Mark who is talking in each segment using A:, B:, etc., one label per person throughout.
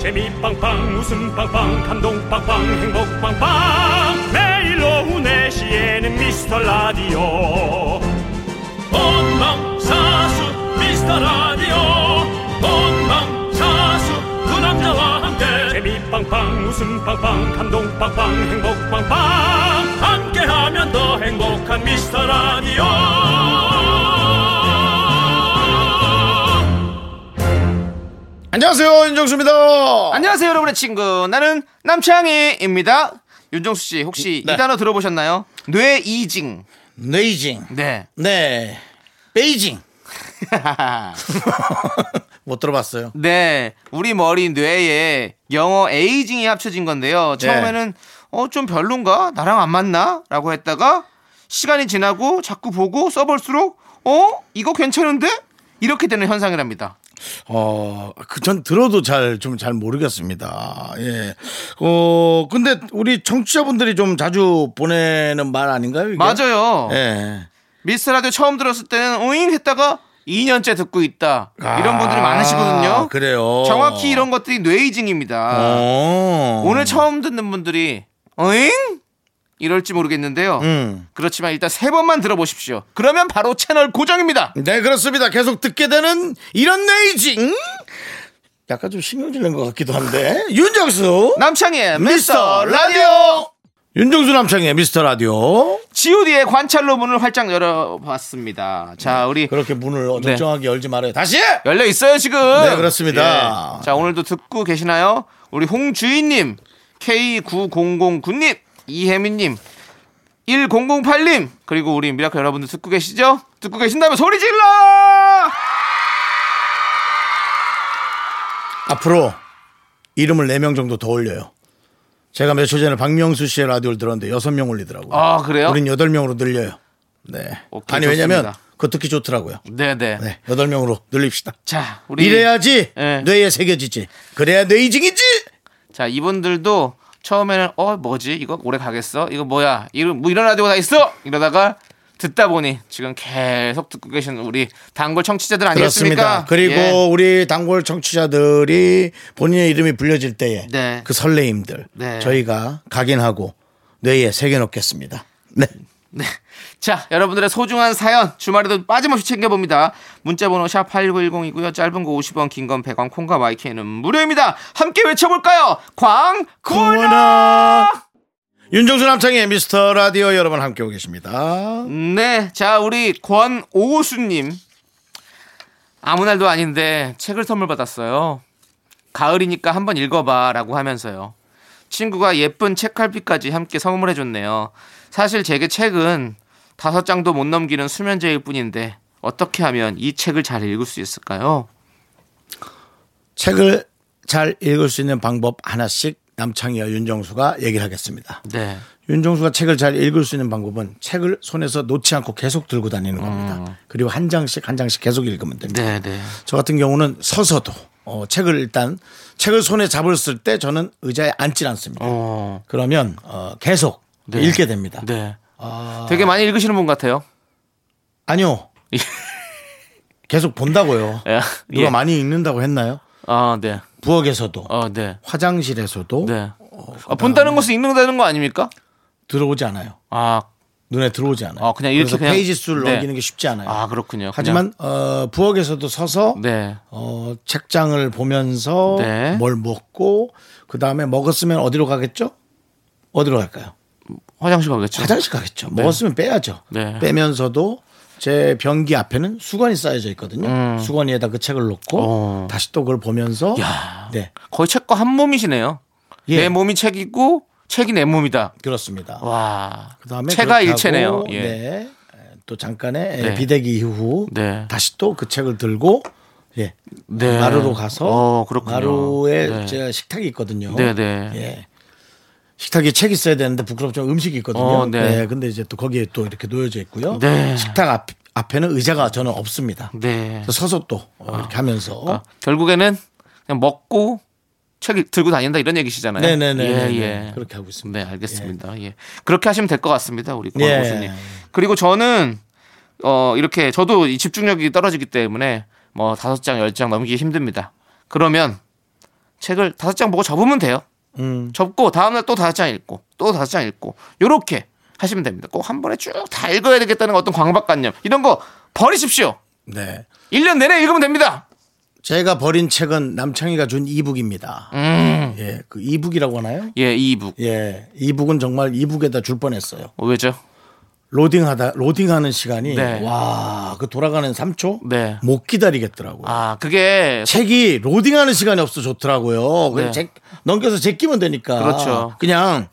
A: 재미 빵빵 웃음 빵빵 감동 빵빵 행복 빵빵 매일 오후 4시에는 미스터 라디오 본방사수 미스터 라디오 본방사수 그 남자와 함께 재미 빵빵 웃음 빵빵 감동 빵빵 행복 빵빵 함께하면 더 행복한 미스터 라디오
B: 안녕하세요 윤정수입니다.
C: 어. 안녕하세요, 여러분의 친구. 나는 남창희입니다. 윤정수 씨, 혹시
B: 네.
C: 이 단어 들어보셨나요? 뇌이징.
B: 네이징.
C: 네.
B: 네. 베이징. 못 들어봤어요.
C: 네. 우리 머리 뇌에 영어 에이징이 합쳐진 건데요.
B: 네.
C: 처음에는 어, 좀 별론가? 나랑 안 맞나? 라고 했다가 시간이 지나고 자꾸 보고 써볼수록 어? 이거 괜찮은데? 이렇게 되는 현상이랍니다.
B: 어, 그 전 들어도 잘 좀 잘 모르겠습니다. 예. 어, 근데 우리 청취자분들이 좀 자주 보내는 말 아닌가요? 이게?
C: 맞아요.
B: 예.
C: 미스라디오 처음 들었을 때는 오잉 했다가 2년째 듣고 있다. 이런 분들이
B: 아,
C: 많으시거든요.
B: 그래요.
C: 정확히 이런 것들이 뇌이징입니다.
B: 어.
C: 오늘 처음 듣는 분들이 어잉? 이럴지 모르겠는데요.
B: 음.
C: 그렇지만 일단 세 번만 들어보십시오. 그러면 바로 채널 고정입니다.
B: 네, 그렇습니다. 계속 듣게 되는 이런 네이징. 약간 좀 신경질 낸것 같기도 한데. 윤정수.
C: 남창희의 미스터 라디오
B: 윤정수 남창의 미스터 라디오.
C: GOD의 관찰로 문을 활짝 열어봤습니다. 자 우리
B: 그렇게 문을
C: 네.
B: 정정하게 열지 말아요. 다시!
C: 열려 있어요 지금. 예.
B: 네, 그렇습니다.
C: 자 오늘도 듣고 계시나요? 우리 홍주인님, K9009님, 이혜민님, 1008님 그리고 우리 미라클 여러분들 듣고 계시죠? 듣고 계신다면 소리 질러!
B: 앞으로 이름을 4명 정도 더 올려요. 제가 몇 초 전에 박명수 씨의 라디오를 들었는데 6명 올리더라고요.
C: 아 그래요?
B: 우린 8명으로 늘려요. 네.
C: 오케이,
B: 아니, 왜냐면
C: 좋습니다.
B: 그거 듣기 좋더라고요.
C: 네네.
B: 네. 8명으로 늘립시다.
C: 자 우리
B: 이래야지
C: 예.
B: 뇌에 새겨지지. 그래야 뇌이징이지!
C: 자 이분들도 처음에는 어 뭐지 이거 오래 가겠어 이거 뭐야 이런 뭐 이런 라디오가 다 있어 이러다가 듣다 보니 지금 계속 듣고 계신 우리 단골 청취자들
B: 그렇습니다.
C: 아니겠습니까?
B: 그리고
C: 예.
B: 우리 단골 청취자들이 본인의 이름이 불려질 때에
C: 네.
B: 그 설레임들
C: 네.
B: 저희가 각인하고 뇌에 새겨놓겠습니다. 네.
C: 네. 자 여러분들의 소중한 사연 주말에도 빠짐없이 챙겨봅니다. 문자번호 샵 #8910이고요. 짧은 거 50원, 긴 건 100원, 콩과 마이크는 무료입니다. 함께 외쳐볼까요? 광고나
B: 코너 윤정수 남창의 미스터 라디오 여러분 함께 오고 계십니다.
C: 네, 자 우리 권오수님 아무 날도 아닌데 책을 선물 받았어요. 가을이니까 한번 읽어봐라고 하면서요. 친구가 예쁜 책갈피까지 함께 선물해줬네요. 사실 제게 책은 다섯 장도 못 넘기는 수면제일 뿐인데 어떻게 하면 이 책을 잘 읽을 수 있을까요?
B: 책을 잘 읽을 수 있는 방법 하나씩 남창희와 윤정수가 얘기를 하겠습니다.
C: 네,
B: 윤정수가 책을 잘 읽을 수 있는 방법은 책을 손에서 놓지 않고 계속 들고 다니는
C: 음.
B: 겁니다. 그리고 한 장씩 한 장씩 계속 읽으면 됩니다.
C: 네, 네.
B: 저 같은 경우는 서서도 어, 책을 일단 책을 손에 잡았을 때 저는 의자에 앉질 않습니다.
C: 어,
B: 그러면 어, 계속 읽게 됩니다.
C: 네. 되게 많이 읽으시는 분 같아요.
B: 아니요. 계속 본다고요.
C: 예.
B: 누가 많이 읽는다고 했나요?
C: 아, 네.
B: 부엌에서도
C: 어, 네.
B: 화장실에서도
C: 네. 아, 본다는 것은 읽는다는 거 아닙니까?
B: 들어오지 않아요.
C: 아,
B: 눈에 들어오지 않아요.
C: 아, 그냥 이렇게
B: 그래서
C: 그냥-
B: 페이지 수를
C: 네.
B: 넘기는 게 쉽지 않아요.
C: 아 그렇군요.
B: 하지만 어, 부엌에서도 서서
C: 그냥- 네.
B: 어, 책장을 보면서
C: 네.
B: 뭘 먹고 그 다음에 먹었으면 어디로 가겠죠? 어디로 갈까요?
C: 화장실 가겠죠.
B: 화장실 가겠죠. 먹었으면 빼야죠.
C: 네.
B: 빼면서도 제 변기 앞에는 수건이 쌓여져 있거든요. 수건위에다 그 책을 놓고
C: 음. 어.
B: 다시 또 그걸 보면서
C: 야.
B: 네
C: 거의 책과 한 몸이시네요.
B: 예.
C: 내 몸이 책이고 책이 내 몸이다.
B: 그렇습니다.
C: 와.
B: 그다음에
C: 체가
B: 그렇게
C: 일체네요.
B: 하고,
C: 예.
B: 네. 또 잠깐의 예,
C: 네.
B: 비대기 이후
C: 네.
B: 다시 또 그 책을 들고 예
C: 네.
B: 마루로 가서
C: 어, 그렇군요.
B: 마루에
C: 네.
B: 제 식탁이 있거든요.
C: 네, 네.
B: 예. 식탁에 책 있어야 되는데 부끄럽지만 음식이 있거든요.
C: 어, 네.
B: 네, 근데 이제 또 거기에 또 이렇게 놓여져 있고요.
C: 네.
B: 식탁 앞, 앞에는 의자가 저는 없습니다.
C: 네.
B: 그래서 서서 또 어, 이렇게 하면서
C: 아, 결국에는 그냥 먹고 책 들고 다닌다 이런 얘기시잖아요.
B: 네네네.
C: 예,
B: 네,
C: 예.
B: 그렇게 하고 있습니다.
C: 네, 알겠습니다. 예. 그렇게 하시면 될 것 같습니다. 우리 권호수님
B: 예.
C: 그리고 저는 어 이렇게 저도 이 집중력이 떨어지기 때문에 뭐 다섯 장, 열 장 넘기기 힘듭니다. 그러면 책을 다섯 장 보고 접으면 돼요.
B: 음.
C: 접고 다음날 또 다섯 장 읽고 또 다섯 장 읽고 요렇게 하시면 됩니다. 꼭 한 번에 쭉 다 읽어야 되겠다는 어떤 광박관념 이런 거 버리십시오.
B: 네.
C: 1년 내내 읽으면 됩니다.
B: 제가 버린 책은 남창희가 준 이북입니다.
C: 음.
B: 예, 그 이북이라고 하나요?
C: 예, 이 이북.
B: 예, 이북은 정말 이북에다 줄 뻔했어요.
C: 어, 왜죠?
B: 로딩하다, 로딩하는 시간이
C: 네.
B: 와, 그 돌아가는 3초
C: 네.
B: 못 기다리겠더라고요.
C: 아, 그게
B: 책이 로딩하는 시간이 없어 좋더라고요. 그냥
C: 네.
B: 제- 넘겨서 제끼면 되니까.
C: 그렇죠.
B: 그냥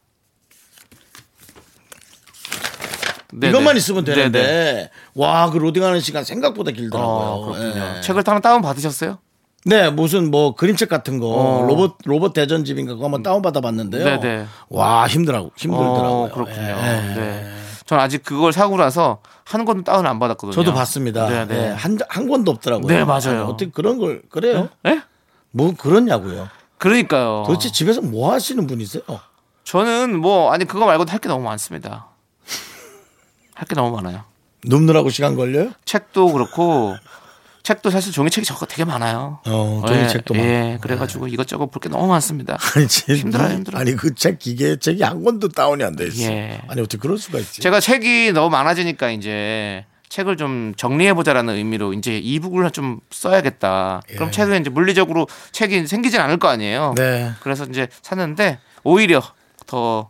C: 네네.
B: 이것만 있으면 되는데
C: 네네.
B: 와, 그 로딩하는 시간 생각보다
C: 어,
B: 길더라고요.
C: 그렇군요.
B: 예.
C: 책을 따로 다운 받으셨어요?
B: 네, 무슨 뭐 그림책 같은 거
C: 어. 음.
B: 로봇 로봇 대전집인가 그거 한번 다운 받아 봤는데요.
C: 네네.
B: 와, 힘들더라고. 힘들더라고요.
C: 어, 그렇군요.
B: 예.
C: 네. 전 아직 그걸 사고라서 한 권도 다운 안 받았거든요.
B: 저도 봤습니다.
C: 네,
B: 예,
C: 네.
B: 한, 한 권도 없더라고요.
C: 네, 맞아요.
B: 어떻게 그런 걸, 그래요?
C: 예?
B: 뭐 그러냐고요.
C: 그러니까요.
B: 도대체 집에서 뭐 하시는 분이세요?
C: 저는 뭐 아니 그거 말고도 할 게 너무 많습니다. 할 게 너무 많아요.
B: 눕느라고 시간 걸려요?
C: 책도 그렇고 책도 사실 종이책이 저거 되게 많아요.
B: 어, 종이책도
C: 예,
B: 많고.
C: 예, 그래가지고 이것저것 볼 게 너무 많습니다.
B: 아니, 제-
C: 힘들어요, 힘들어요.
B: 아니, 그 책 기계 책이 한 권도 다운이 안 돼 있어.
C: 예.
B: 아니, 어떻게 그럴 수가 있지?
C: 제가 책이 너무 많아지니까 이제 책을 좀 정리해보자라는 의미로 이제 이북을 좀 써야겠다. 그럼 책은 이제 물리적으로 책이 생기진 않을 거 아니에요.
B: 예. 네.
C: 그래서 이제 샀는데 오히려 더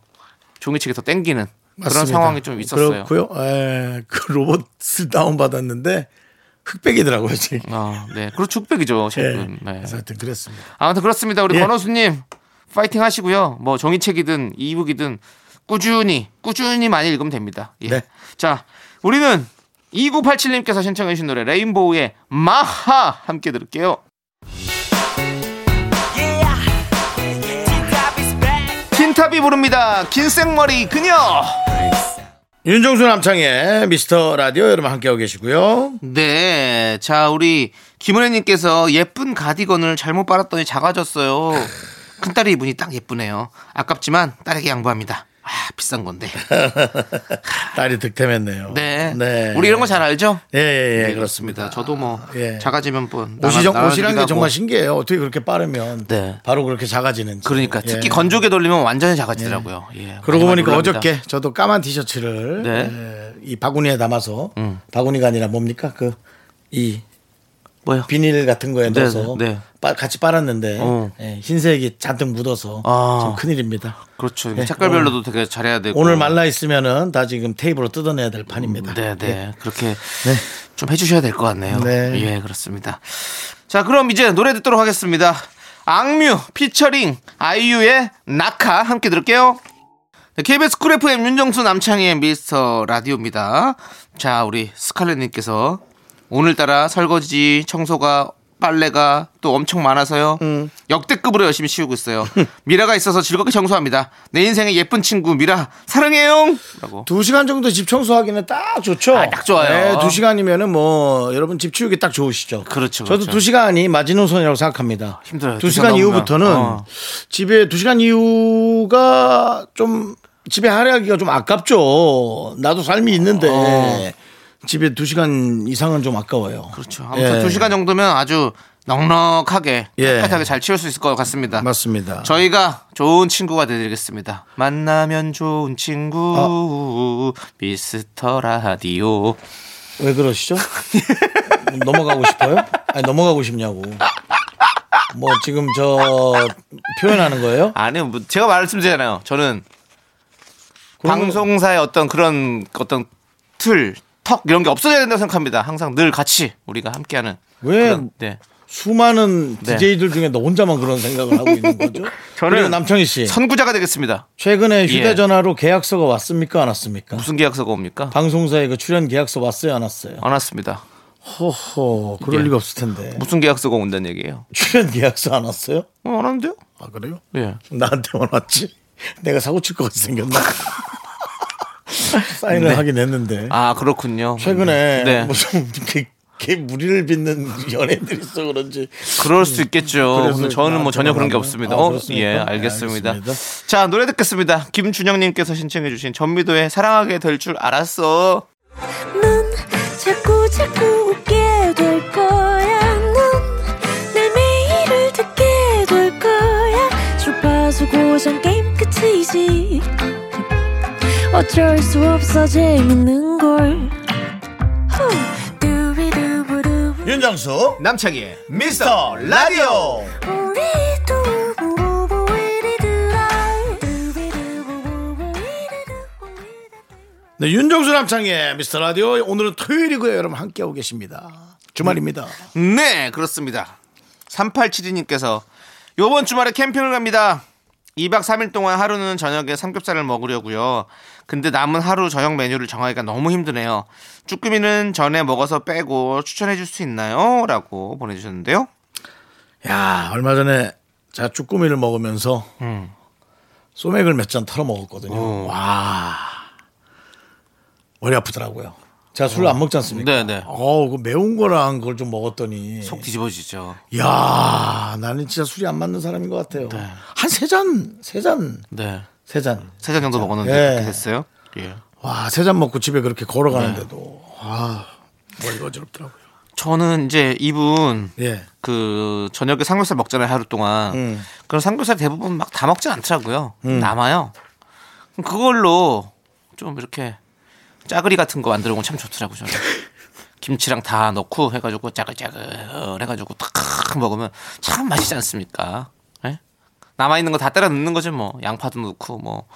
C: 종이책이 더 땡기는 그런
B: 맞습니다.
C: 상황이 좀 있었어요.
B: 그렇고요. 에, 그 로봇을 다운받았는데 흑백이더라고요, 책이.
C: 아, 네. 그렇죠. 흑백이죠.
B: 예.
C: 책은. 네.
B: 그래서 하여튼 그랬습니다.
C: 아무튼 그렇습니다. 우리
B: 예.
C: 권호수님 파이팅 하시고요. 뭐 종이책이든 이북이든 꾸준히 꾸준히 많이 읽으면 됩니다. 예.
B: 네.
C: 자, 우리는 2987님께서 신청해 주신 노래 레인보우의 마하 함께 들을게요. 틴탑이 부릅니다. 긴 생머리 그녀.
B: 윤종수 남창의 미스터 라디오 여러분 함께하고 계시고요.
C: 네. 자, 우리 김은혜님께서 예쁜 가디건을 잘못 빨았더니 작아졌어요. 큰딸이 입으니 딱 예쁘네요. 아깝지만 딸에게 양보합니다. 아, 비싼 건데.
B: 딸이 득템했네요.
C: 네. 우리 이런 거 잘 알죠?
B: 예, 예, 예,
C: 네,
B: 그렇습니다.
C: 저도 뭐
B: 예.
C: 작아지면 뭐
B: 옷이
C: 나가-
B: 정, 옷이란
C: 나가기도
B: 게 정말
C: 하고.
B: 신기해요. 어떻게 그렇게 빠르면
C: 네.
B: 바로 그렇게 작아지는지.
C: 그러니까
B: 예.
C: 특히 건조기 돌리면 완전히 작아지더라고요. 예.
B: 그러고
C: 많이
B: 보니까
C: 놀랍니다.
B: 어저께 저도 까만 티셔츠를
C: 네. 음.
B: 예, 이 바구니에 담아서 바구니가 아니라 뭡니까 그 이
C: 뭐요?
B: 비닐 같은 거에
C: 네,
B: 넣어서
C: 네, 네.
B: 빨- 같이 빨았는데
C: 어.
B: 예, 흰색이 잔뜩 묻어서
C: 아.
B: 좀 큰일입니다.
C: 그렇죠.
B: 네,
C: 색깔별로도 되게 잘해야 되고.
B: 오늘 말라 있으면은 다 지금 테이블로 뜯어내야 될 판입니다.
C: 어. 네, 네. 그렇게 좀 해주셔야 될 것 같네요.
B: 네.
C: 예, 그렇습니다. 자, 그럼 이제 노래 듣도록 하겠습니다. 악뮤 피처링 아이유의 낙하 함께 들을게요. 네, KBS 쿨 FM 윤정수 남창희의 미스터 라디오입니다. 자, 우리 스칼렛님께서 오늘따라 설거지, 청소가, 빨래가 또 엄청 많아서요. 역대급으로 열심히 치우고 있어요. 미라가 있어서 즐겁게 청소합니다. 내 인생의 예쁜 친구 미라 사랑해요. 라고.
B: 두 시간 정도 집 청소하기는 딱 좋죠. 네,
C: 아, 딱 좋아요.
B: 두 시간이면은 뭐 여러분 집 치우기 딱 좋으시죠.
C: 그렇죠,
B: 저도
C: 그렇죠.
B: 두 시간이 마지노선이라고 생각합니다.
C: 힘들어요.
B: 두
C: 두
B: 시간
C: 시간
B: 이후부터는
C: 넘으면. 어.
B: 집에 두 시간 이후가 좀 집에 할애하기가 좀 아깝죠. 나도 삶이 있는데 집에 두 시간 이상은 좀 아까워요.
C: 어. 그렇죠. 아무튼
B: 예.
C: 두 시간 정도면 아주 넉넉하게
B: 예.
C: 깨끗하게 잘 치울 수 있을 것 같습니다.
B: 맞습니다.
C: 저희가 좋은 친구가 되드리겠습니다. 만나면 좋은 친구
B: 아.
C: 미스터 라디오.
B: 왜 그러시죠? 넘어가고 싶어요? 아니 넘어가고 싶냐고. 뭐 지금 저 표현하는 거예요?
C: 아니요, 뭐 제가 말씀드리잖아요. 저는
B: 그러면-
C: 방송사의 어떤 그런 어떤 틀, 턱 이런 게 없어져야 된다고 생각합니다. 항상 늘 같이 우리가 함께하는.
B: 왜
C: 그런- 네.
B: 수많은
C: 네.
B: DJ들 중에 너 혼자만 그런 생각을 하고 있는 예. 거죠?
C: 저는
B: 그리고 남청희 씨
C: 선구자가 되겠습니다.
B: 최근에 휴대전화로 계약서가 왔습니까 안 왔습니까?
C: 무슨 계약서가 옵니까?
B: 방송사에 그 출연 계약서 왔어요 안 왔어요?
C: 안 왔습니다.
B: 허허 그럴
C: 예.
B: 리가 없을 텐데
C: 무슨 계약서가 온다는 얘기예요?
B: 뭐 출연 계약서 안 왔어요?
C: 어, 안 왔는데요?
B: 아 그래요?
C: 예.
B: 나한테만 왔지? 내가 사고 칠것 같이 생겼나? 사인을 하긴 했는데
C: 아 그렇군요.
B: 최근에
C: 네.
B: 무슨 이렇게 이렇게 무리를 빚는 연예인들이 있어 그런지
C: 그럴 수 있겠죠.
B: 그래서
C: 저는 뭐 전혀 그런 게
B: 나한테만
C: 없습니다.
B: 아,
C: 어,
B: 그렇습니까?
C: 예,
B: 네,
C: 알겠습니다.
B: 알겠습니다.
C: 자 노래 듣겠습니다. 김준영님께서 신청해주신 전미도의 사랑하게 될 줄 알았어.
D: 넌 자꾸 자꾸 웃게 될 거야. 넌내 매일을 듣게 될 거야. 미치지 어쩔 수 없어 재밌는 걸 후. 두비두부두부.
E: 윤정수
C: 남창희의
E: 미스터 라디오
D: 우리 두부부부 우리들아. 두비두부부부 우리들아.
B: 네, 윤정수 남창의 미스터 라디오 오늘은 토요일이고요. 여러분 함께하고 계십니다. 주말입니다.
C: 네, 그렇습니다. 3872님께서 요번 주말에 캠핑을 갑니다. 2박 3일 동안 하루는 저녁에 삼겹살을 먹으려고요. 근데 남은 하루 저녁 메뉴를 정하기가 너무 힘드네요. 쭈꾸미는 전에 먹어서 빼고 추천해 줄 수 있나요? 라고 보내주셨는데요.
B: 야 얼마 전에 제가 쭈꾸미를 먹으면서
C: 음.
B: 소맥을 몇 잔 털어 먹었거든요. 와 머리 아프더라고요. 제가 술을 안 먹지 않습니까?
C: 어. 네네.
B: 어우 그 매운 거랑 그걸 좀 먹었더니
C: 속 뒤집어지죠.
B: 야 나는 진짜 술이 안 맞는 사람인 것 같아요. 한 세 잔, 세 잔,
C: 네.
B: 세 잔.
C: 세 잔 정도 먹었는데
B: 예.
C: 그렇게 됐어요. 예.
B: 와, 세 잔 먹고 집에 그렇게 걸어가는데도
C: 네.
B: 아 머리가 어지럽더라고요.
C: 저는 이제 이분
B: 예.
C: 그 저녁에 삼겹살 먹잖아요 하루 동안. 그럼 삼겹살 대부분 막 다 먹진 않더라고요. 남아요. 그럼 그걸로 좀 이렇게 짜글이 같은 거 만들어 보면 참 좋더라고요. 저는. 김치랑 다 넣고 해가지고 짜글짜글 해가지고 탁 먹으면 참 맛있지 않습니까? 예? 남아 있는 거 다 때려 넣는 거죠 뭐 양파도 넣고 뭐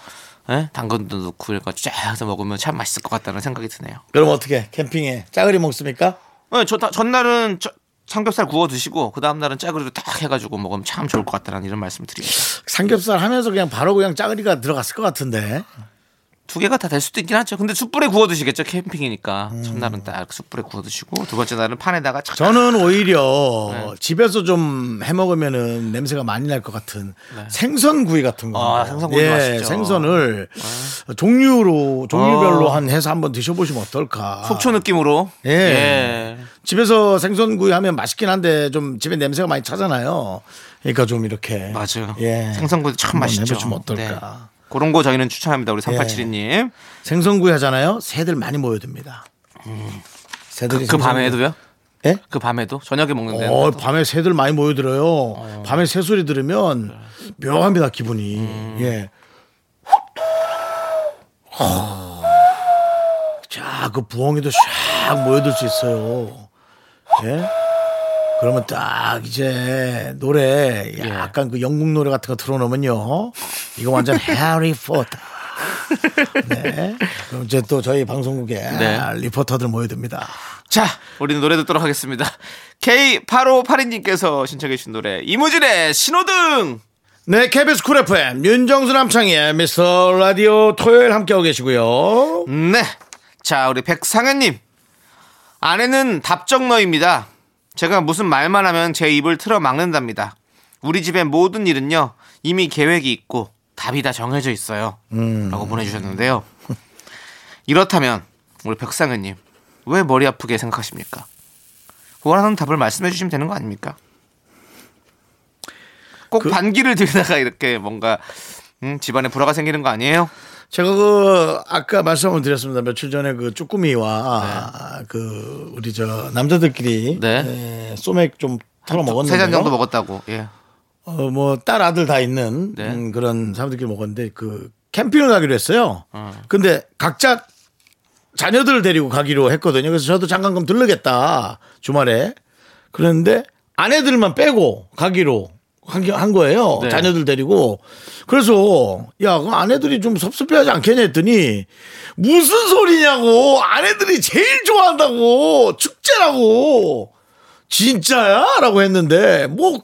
C: 예? 당근도 넣고 이렇게 쫙 해서 먹으면 참 맛있을 것 같다는 생각이 드네요.
B: 그럼 어떻게 캠핑에 짜글이 먹습니까?
C: 네, 저, 다- 전날은 짜- 삼겹살 구워 드시고 그 다음 날은 짜글이로 딱 해가지고 먹으면 참 좋을 것 같다는 이런 말씀 드립니다.
B: 삼겹살 하면서 그냥 바로 그냥 짜글이가 들어갔을 것 같은데.
C: 두 개가 다 될 수도 있긴 하죠. 근데 숯불에 구워 드시겠죠 캠핑이니까 첫날은 딱 숯불에 구워 드시고 두 번째 날은 판에다가 착-
B: 음. 저는
C: 네.
B: 오히려 집에서 좀 해먹으면은 냄새가 많이 날 것 같은 생선구이 같은 거.
C: 네.
B: 예,
C: 아, 생선구이 맛있죠. 네.
B: 생선을 종류로, 종류별로 한 해서 한번 드셔보시면 어떨까.
C: 어. 속초 느낌으로
B: 예. 집에서 생선구이 하면 맛있긴 한데 좀 집에 냄새가 많이 차잖아요. 그러니까 좀 이렇게.
C: 맞아요.
B: 예.
C: 생선구이 참
B: 한번
C: 맛있죠.
B: 해보시면 어떨까. 예.
C: 네. 그런 거 저희는 추천합니다. 우리 3872님
B: 생선구이 하잖아요. 새들 많이 모여듭니다. 음. 새들이
C: 그, 그
B: 생선구이-
C: 밤에도요?
B: 예?
C: 그 밤에도 저녁에 먹는데
B: 어, 밤에 새들 많이 모여들어요. 밤에 새 소리 들으면
C: 네.
B: 묘합니다 기분이.
C: 음.
B: 예. 자그 부엉이도 샥 모여들 수 있어요. 예. 그러면 딱 이제 노래
C: 예.
B: 약간 그 영국 노래 같은 거 틀어놓으면요. 이거 완전 해리 포터. 네. 그럼 이제 또 저희 방송국에
C: 네.
B: 리포터들 모여듭니다.
C: 자, 우리는 노래 듣도록 하겠습니다. K8582님께서 신청해 주신 노래 이무진의 신호등
B: 네, KBS 쿨 FM 윤정수 남창희의 미스터 라디오 토요일 함께하고 계시고요.
C: 네. 자, 우리 백상현님. 아내는 답정너입니다. 제가 무슨 말만 하면 제 입을 틀어 막는답니다. 우리 집의 모든 일은요, 이미 계획이 있고 답이 다 정해져 있어요. 라고 보내주셨는데요. 이렇다면, 우리 백상현님, 왜 머리 아프게 생각하십니까? 원하는 답을 말씀해 주시면 되는 거 아닙니까? 꼭 반기를 들다가 이렇게 뭔가 음, 집안에 불화가 생기는 거 아니에요?
B: 제가 그 아까 말씀을 드렸습니다. 며칠 전에 그 쭈꾸미와 그 우리 저 남자들끼리
C: 네. 아,
B: 에, 소맥 좀 털어 먹었는데
C: 세 잔 정도 먹었다고. 예.
B: 어, 뭐, 딸, 아들 다 있는
C: 네.
B: 음, 그런 사람들끼리 먹었는데, 그, 캠핑을 가기로 했어요. 근데 각자 자녀들을 데리고 가기로 했거든요. 그래서 저도 잠깐 그럼 들르겠다. 주말에. 그랬는데, 아내들만 빼고 가기로 한, 게- 한 거예요.
C: 네.
B: 자녀들 데리고. 그래서, 야, 그 아내들이 좀 섭섭해 하지 않겠냐 했더니, 무슨 소리냐고! 아내들이 제일 좋아한다고! 축제라고! 진짜야? 라고 했는데, 뭐,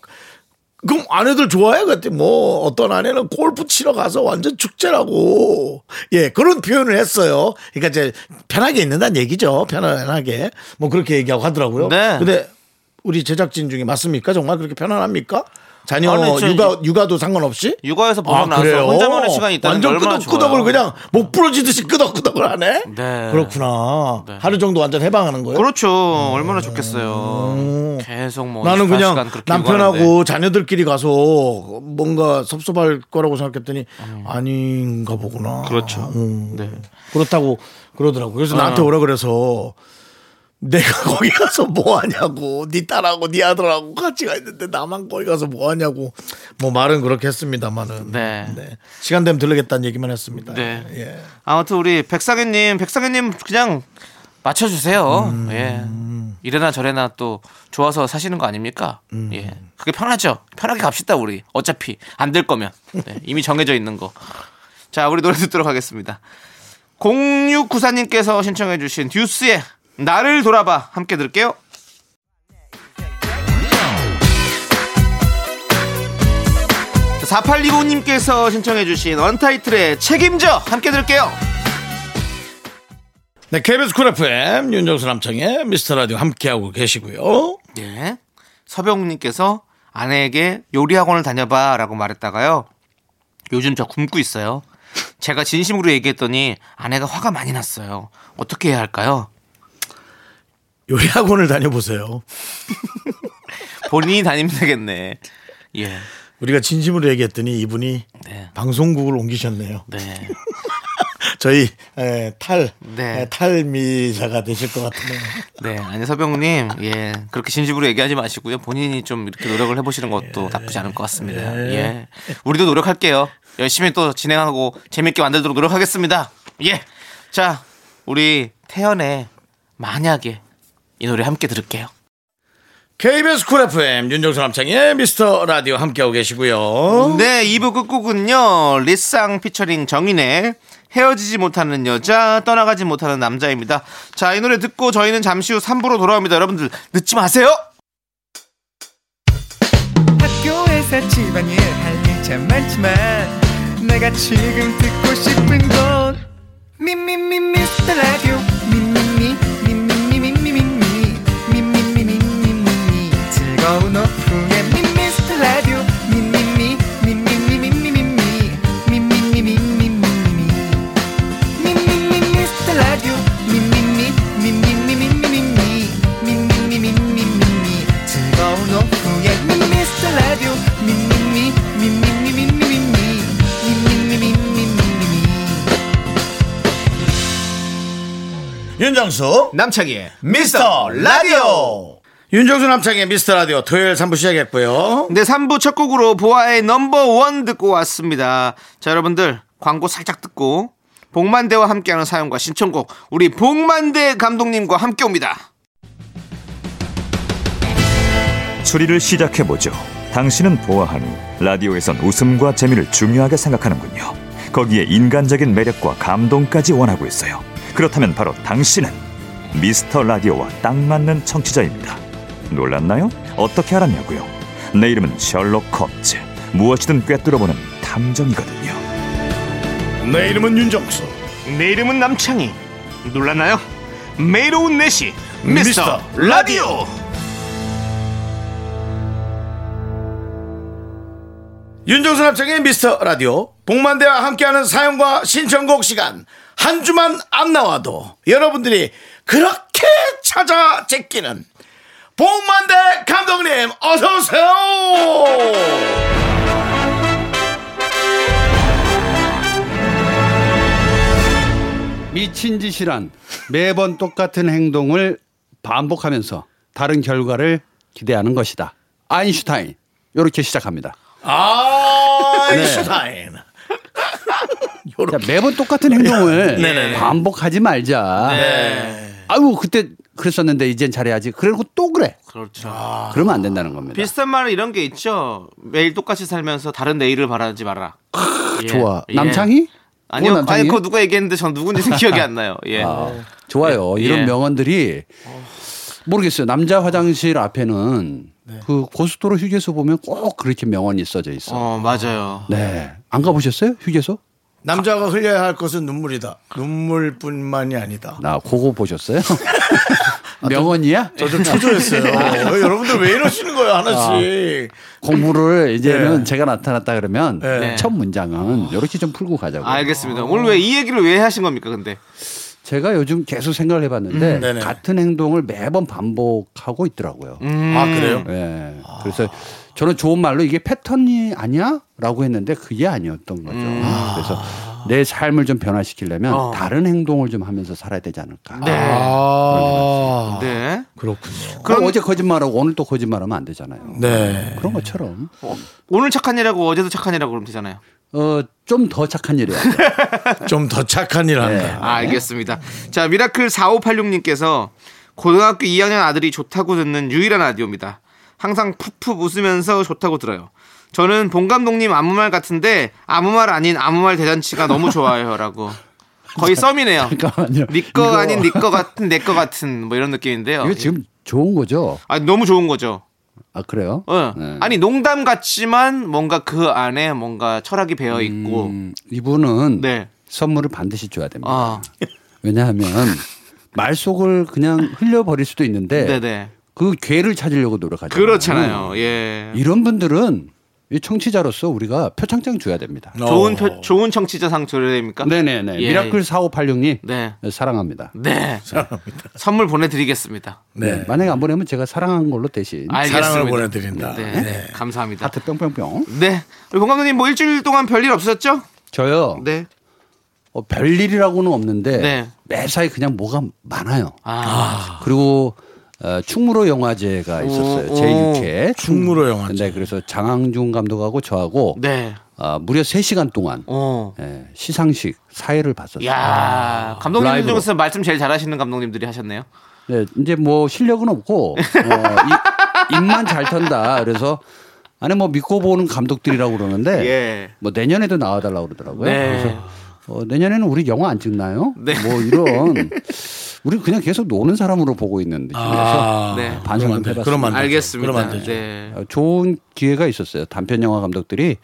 B: 그럼 아내들 좋아해? 그랬더니 뭐 어떤 아내는 골프 치러 가서 완전 축제라고 예 그런 표현을 했어요. 그러니까 이제 편하게 있는다는 얘기죠. 편안하게 뭐 그렇게 얘기하고 하더라고요.
C: 네.
B: 근데 우리 제작진 중에 맞습니까? 정말 그렇게 편안합니까? 자녀
C: 아니, 저
B: 육아 육아도 상관없이?
C: 육아에서 벗어나서 혼자만의 시간이 있다는 게
B: 완전
C: 얼마나
B: 끄덕끄덕을
C: 좋아요.
B: 그냥 목 부러지듯이 끄덕끄덕을 하네.
C: 네.
B: 그렇구나. 하루 정도 완전 해방하는 거예요.
C: 그렇죠. 얼마나 좋겠어요. 계속 뭐
B: 음. 어, 나는
C: 24시간
B: 그냥
C: 그렇게 육아하는데.
B: 남편하고 자녀들끼리 가서 뭔가 섭섭할 거라고 생각했더니 아닌가 보구나.
C: 음. 그렇죠.
B: 음.
C: 네. 아.
B: 그렇다고 그러더라고. 요 그래서 나한테 오라 그래서 내가 거기 가서 뭐 하냐고 네 딸하고 네 아들하고 같이 가 있는데 나만 거기 가서 뭐 하냐고 뭐 말은 그렇게 했습니다만은
C: 네.
B: 시간 되면 들르겠다는 얘기만 했습니다
C: 네.
B: 예.
C: 아무튼 우리 백상현님, 백상현님 그냥 맞춰주세요.
B: 음.
C: 예. 이래나 저래나 또 좋아서 사시는 거 아닙니까?
B: 음.
C: 예. 그게 편하죠. 편하게 갑시다 우리. 어차피 안 될 거면 네, 이미 정해져 있는 거. 자, 우리 노래 듣도록 하겠습니다. 0694님께서 신청해주신 듀스의 나를 돌아봐 함께 들을게요. 자, 4825님께서 신청해주신 원타이틀의 책임져 함께 들을게요.
B: 네, KBS 쿨 FM 윤정수 남창의 미스터라디오 함께하고 계시고요
C: 예. 서병욱님께서 아내에게 요리학원을 다녀봐라고 말했다가요. 요즘 저 굶고 있어요. 제가 진심으로 얘기했더니 아내가 화가 많이 났어요. 어떻게 해야 할까요?
B: 요리학원을 다녀보세요
C: 본인이 다니면 되겠네. 예.
B: 우리가 진심으로 얘기했더니 이분이
C: 네.
B: 방송국을 옮기셨네요
C: 네.
B: 저희 에, 탈
C: 네.
B: 에, 탈미자가 되실 것 같네요
C: 네. 아니, 서병욱님. 예. 그렇게 진심으로 얘기하지 마시고요. 본인이 좀 이렇게 노력을 해보시는 것도 나쁘지 않을 것 같습니다. 예. 우리도 노력할게요. 열심히 또 진행하고 재밌게 만들도록 노력하겠습니다. 예. 자, 우리 태연의 만약에 이 노래 함께 들을게요.
B: KBS 쿨 FM 윤정수 남창의 미스터 라디오 함께하고 계시고요.
C: 네, 2부 끝곡은요. 리쌍 피처링 정인의 헤어지지 못하는 여자, 떠나가지 못하는 남자입니다. 자, 이 노래 듣고 저희는 잠시 후 3부로 돌아옵니다. 여러분들 늦지 마세요.
F: 학교에서 집안일 할 일 참 많지만 내가 지금 듣고 싶은 건 미미미 미스터 라디오 미미미 미미미 미미미 미미미 미미미 미미미 즐거운 오후에 미미스터 라디오 미미미 미미미 미미미 미미미 미미미 미미미
B: 윤정수
C: 남창희의
B: 미스터 라디오. 윤정수 남창의 미스터 라디오 토요일 3부 시작했고요.
C: 네, 3부 첫 곡으로 보아의 넘버원 듣고 왔습니다. 자, 여러분들 광고 살짝 듣고 복만대와 함께하는 사연과 신청곡 우리 복만대 감독님과 함께 옵니다.
G: 추리를 시작해보죠. 당신은 보아하니 라디오에선 웃음과 재미를 중요하게 생각하는군요. 거기에 인간적인 매력과 감동까지 원하고 있어요. 그렇다면 바로 당신은 미스터 라디오와 딱 맞는 청취자입니다. 놀랐나요? 어떻게 알았냐고요? 내 이름은 셜록 홈즈. 무엇이든 꿰뚫어보는 탐정이거든요.
B: 내 이름은 윤정수.
C: 내 이름은 남창희. 놀랐나요? 매일 오후 4시
B: 미스터
C: 라디오.
B: 윤정수 남창의 미스터 라디오. 복만대와 함께하는 사연과 신청곡 시간. 한 주만 안 나와도 여러분들이 그렇게 찾아 제끼는 복만대 감독님 어서 오세요.
H: 미친 짓이란 매번 똑같은 행동을 반복하면서 다른 결과를 기대하는 것이다. 아인슈타인 이렇게 시작합니다.
B: 아, 네. 아인슈타인.
H: 자, 매번 똑같은 행동을
B: 네네네.
H: 반복하지 말자.
C: 네.
H: 아유 그때 그랬었는데 이젠 잘해야지. 그리고 또 그래. 아,
C: 그렇죠.
H: 그러면 안 된다는 겁니다.
C: 비슷한 말은 이런 게 있죠. 매일 똑같이 살면서 다른 내일을 바라지 마라. 예.
H: 좋아.
C: 예.
H: 남창희?
C: 아니요,
H: 어,
C: 아니
H: 남창희?
C: 그거 누가 얘기했는데 전 누군지 기억이 안 나요. 예.
H: 아, 좋아요.
C: 예. 어.
H: 이런
C: 예.
H: 명언들이 모르겠어요. 남자 화장실 앞에는
C: 네.
H: 그 고속도로 휴게소 보면 꼭 그렇게 명언이 써져 있어.
C: 어 맞아요.
H: 네. 안 가보셨어요? 휴게소?
B: 남자가 흘려야 할 것은 눈물이다. 눈물뿐만이 아니다.
H: 나 그거 보셨어요? 명언이야?
B: 저좀 초조했어요. 어, 여러분들 왜 이러시는 거예요, 하나씩.
H: 예. 공부를 이제는
B: 예.
H: 제가 나타났다 그러면
B: 예.
H: 첫 문장은 이렇게 좀 풀고 가자고. 요
C: 알겠습니다. 오늘 왜 이 얘기를 왜 하신 겁니까? 근데
H: 제가 요즘 계속 생각을 해봤는데
B: 네네.
H: 같은 행동을 매번 반복하고 있더라고요.
C: 음.
B: 아, 그래요?
H: 예. 그래서 저는 좋은 말로 이게 패턴이 아니야? 라고 했는데 그게 아니었던 거죠. 그래서 내 삶을 좀 변화시키려면
C: 어.
H: 다른 행동을 좀 하면서 살아야 되지 않을까.
C: 네.
B: 아,
C: 네.
B: 그렇군요.
H: 그럼 아, 어제 거짓말하고 오늘 또 거짓말하면 안 되잖아요.
B: 네.
H: 그런 것처럼
C: 오늘 착한 일하고 어제도 착한 일하고 그러면 되잖아요.
H: 어, 좀 더 착한 네. 일이야.
B: 좀 더 착한 일 한다.
C: 아, 알겠습니다. 자, 미라클 4586님께서 고등학교 2학년 아들이 좋다고 듣는 유일한 라디오입니다. 항상 푹푹 웃으면서 좋다고 들어요. 저는 본 감독님 아무 말 같은데 아무 말 아닌 아무 말 대잔치가 너무 좋아요라고 거의 썸이네요.
H: 잠깐만요.
C: 니꺼 아닌 니꺼 같은 내 거 같은 뭐 이런 느낌인데요.
H: 이거 지금 좋은 거죠?
C: 아 너무 좋은 거죠.
H: 아 그래요?
C: 어.
H: 네.
C: 아니 농담 같지만 뭔가 그 안에 뭔가 철학이 배어 있고
H: 음, 이분은
C: 뭐. 네.
H: 선물을 반드시 줘야 됩니다.
C: 아
H: 왜냐하면 말 속을 그냥 흘려버릴 수도 있는데
C: 네네
H: 그 괴를 찾으려고 노력하죠.
C: 그렇잖아요.
H: 음.
C: 예.
H: 이런 분들은 이 청취자로서 우리가 표창장 줘야 됩니다.
B: 어.
C: 네. 좋은 표- 좋은 청취자 상 줘야 됩니까?
H: 네네네.
C: 예.
H: 미라클 4586님
C: 네.
H: 사랑합니다.
C: 네. 선물 보내드리겠습니다.
B: 네.
H: 만약에 안 보내면 제가 사랑한 걸로 대신
C: 알겠습니다.
B: 사랑을 보내드린다.
C: 네. 감사합니다.
H: 하트 뿅뿅뿅.
C: 네. 우리 봉 감독님 뭐 일주일 동안 별일 없으셨죠?
H: 저요.
C: 네.
H: 어, 별일이라고는 없는데
C: 네.
H: 매사에 그냥 뭐가 많아요.
C: 아.
H: 그리고 어, 충무로 영화제가 있었어요.
C: 오,
H: 제6회
B: 충무로 영화제.
H: 네, 그래서 장항준 감독하고 저하고
C: 네.
H: 아, 무려 3시간 동안
C: 어.
H: 예, 시상식 사회를 봤었어요.
C: 야 감독님
H: 아. 라이브로.
C: 중에서 말씀 제일 잘하시는 감독님들이 하셨네요.
H: 네, 이제 뭐 실력은 없고 어, 이- 입만 잘 턴다. 그래서 아니 뭐 믿고 보는 감독들이라고 그러는데
C: 예.
H: 뭐 내년에도 나와달라 고 그러더라고요.
C: 네.
H: 그래서 어, 내년에는 우리 영화 안 찍나요?
C: 네.
H: 뭐 이런 우리 그냥 계속 노는 사람으로 보고 있는 느낌이어서
B: 아,
C: 네.
H: 반성
B: 그러면 안
H: 좀
B: 돼.
H: 해봤습니다.
B: 그러면 안 되죠.
C: 알겠습니다.
B: 그러면 안 되죠.
C: 네.
H: 어, 좋은 기회가 있었어요. 단편 영화 감독들이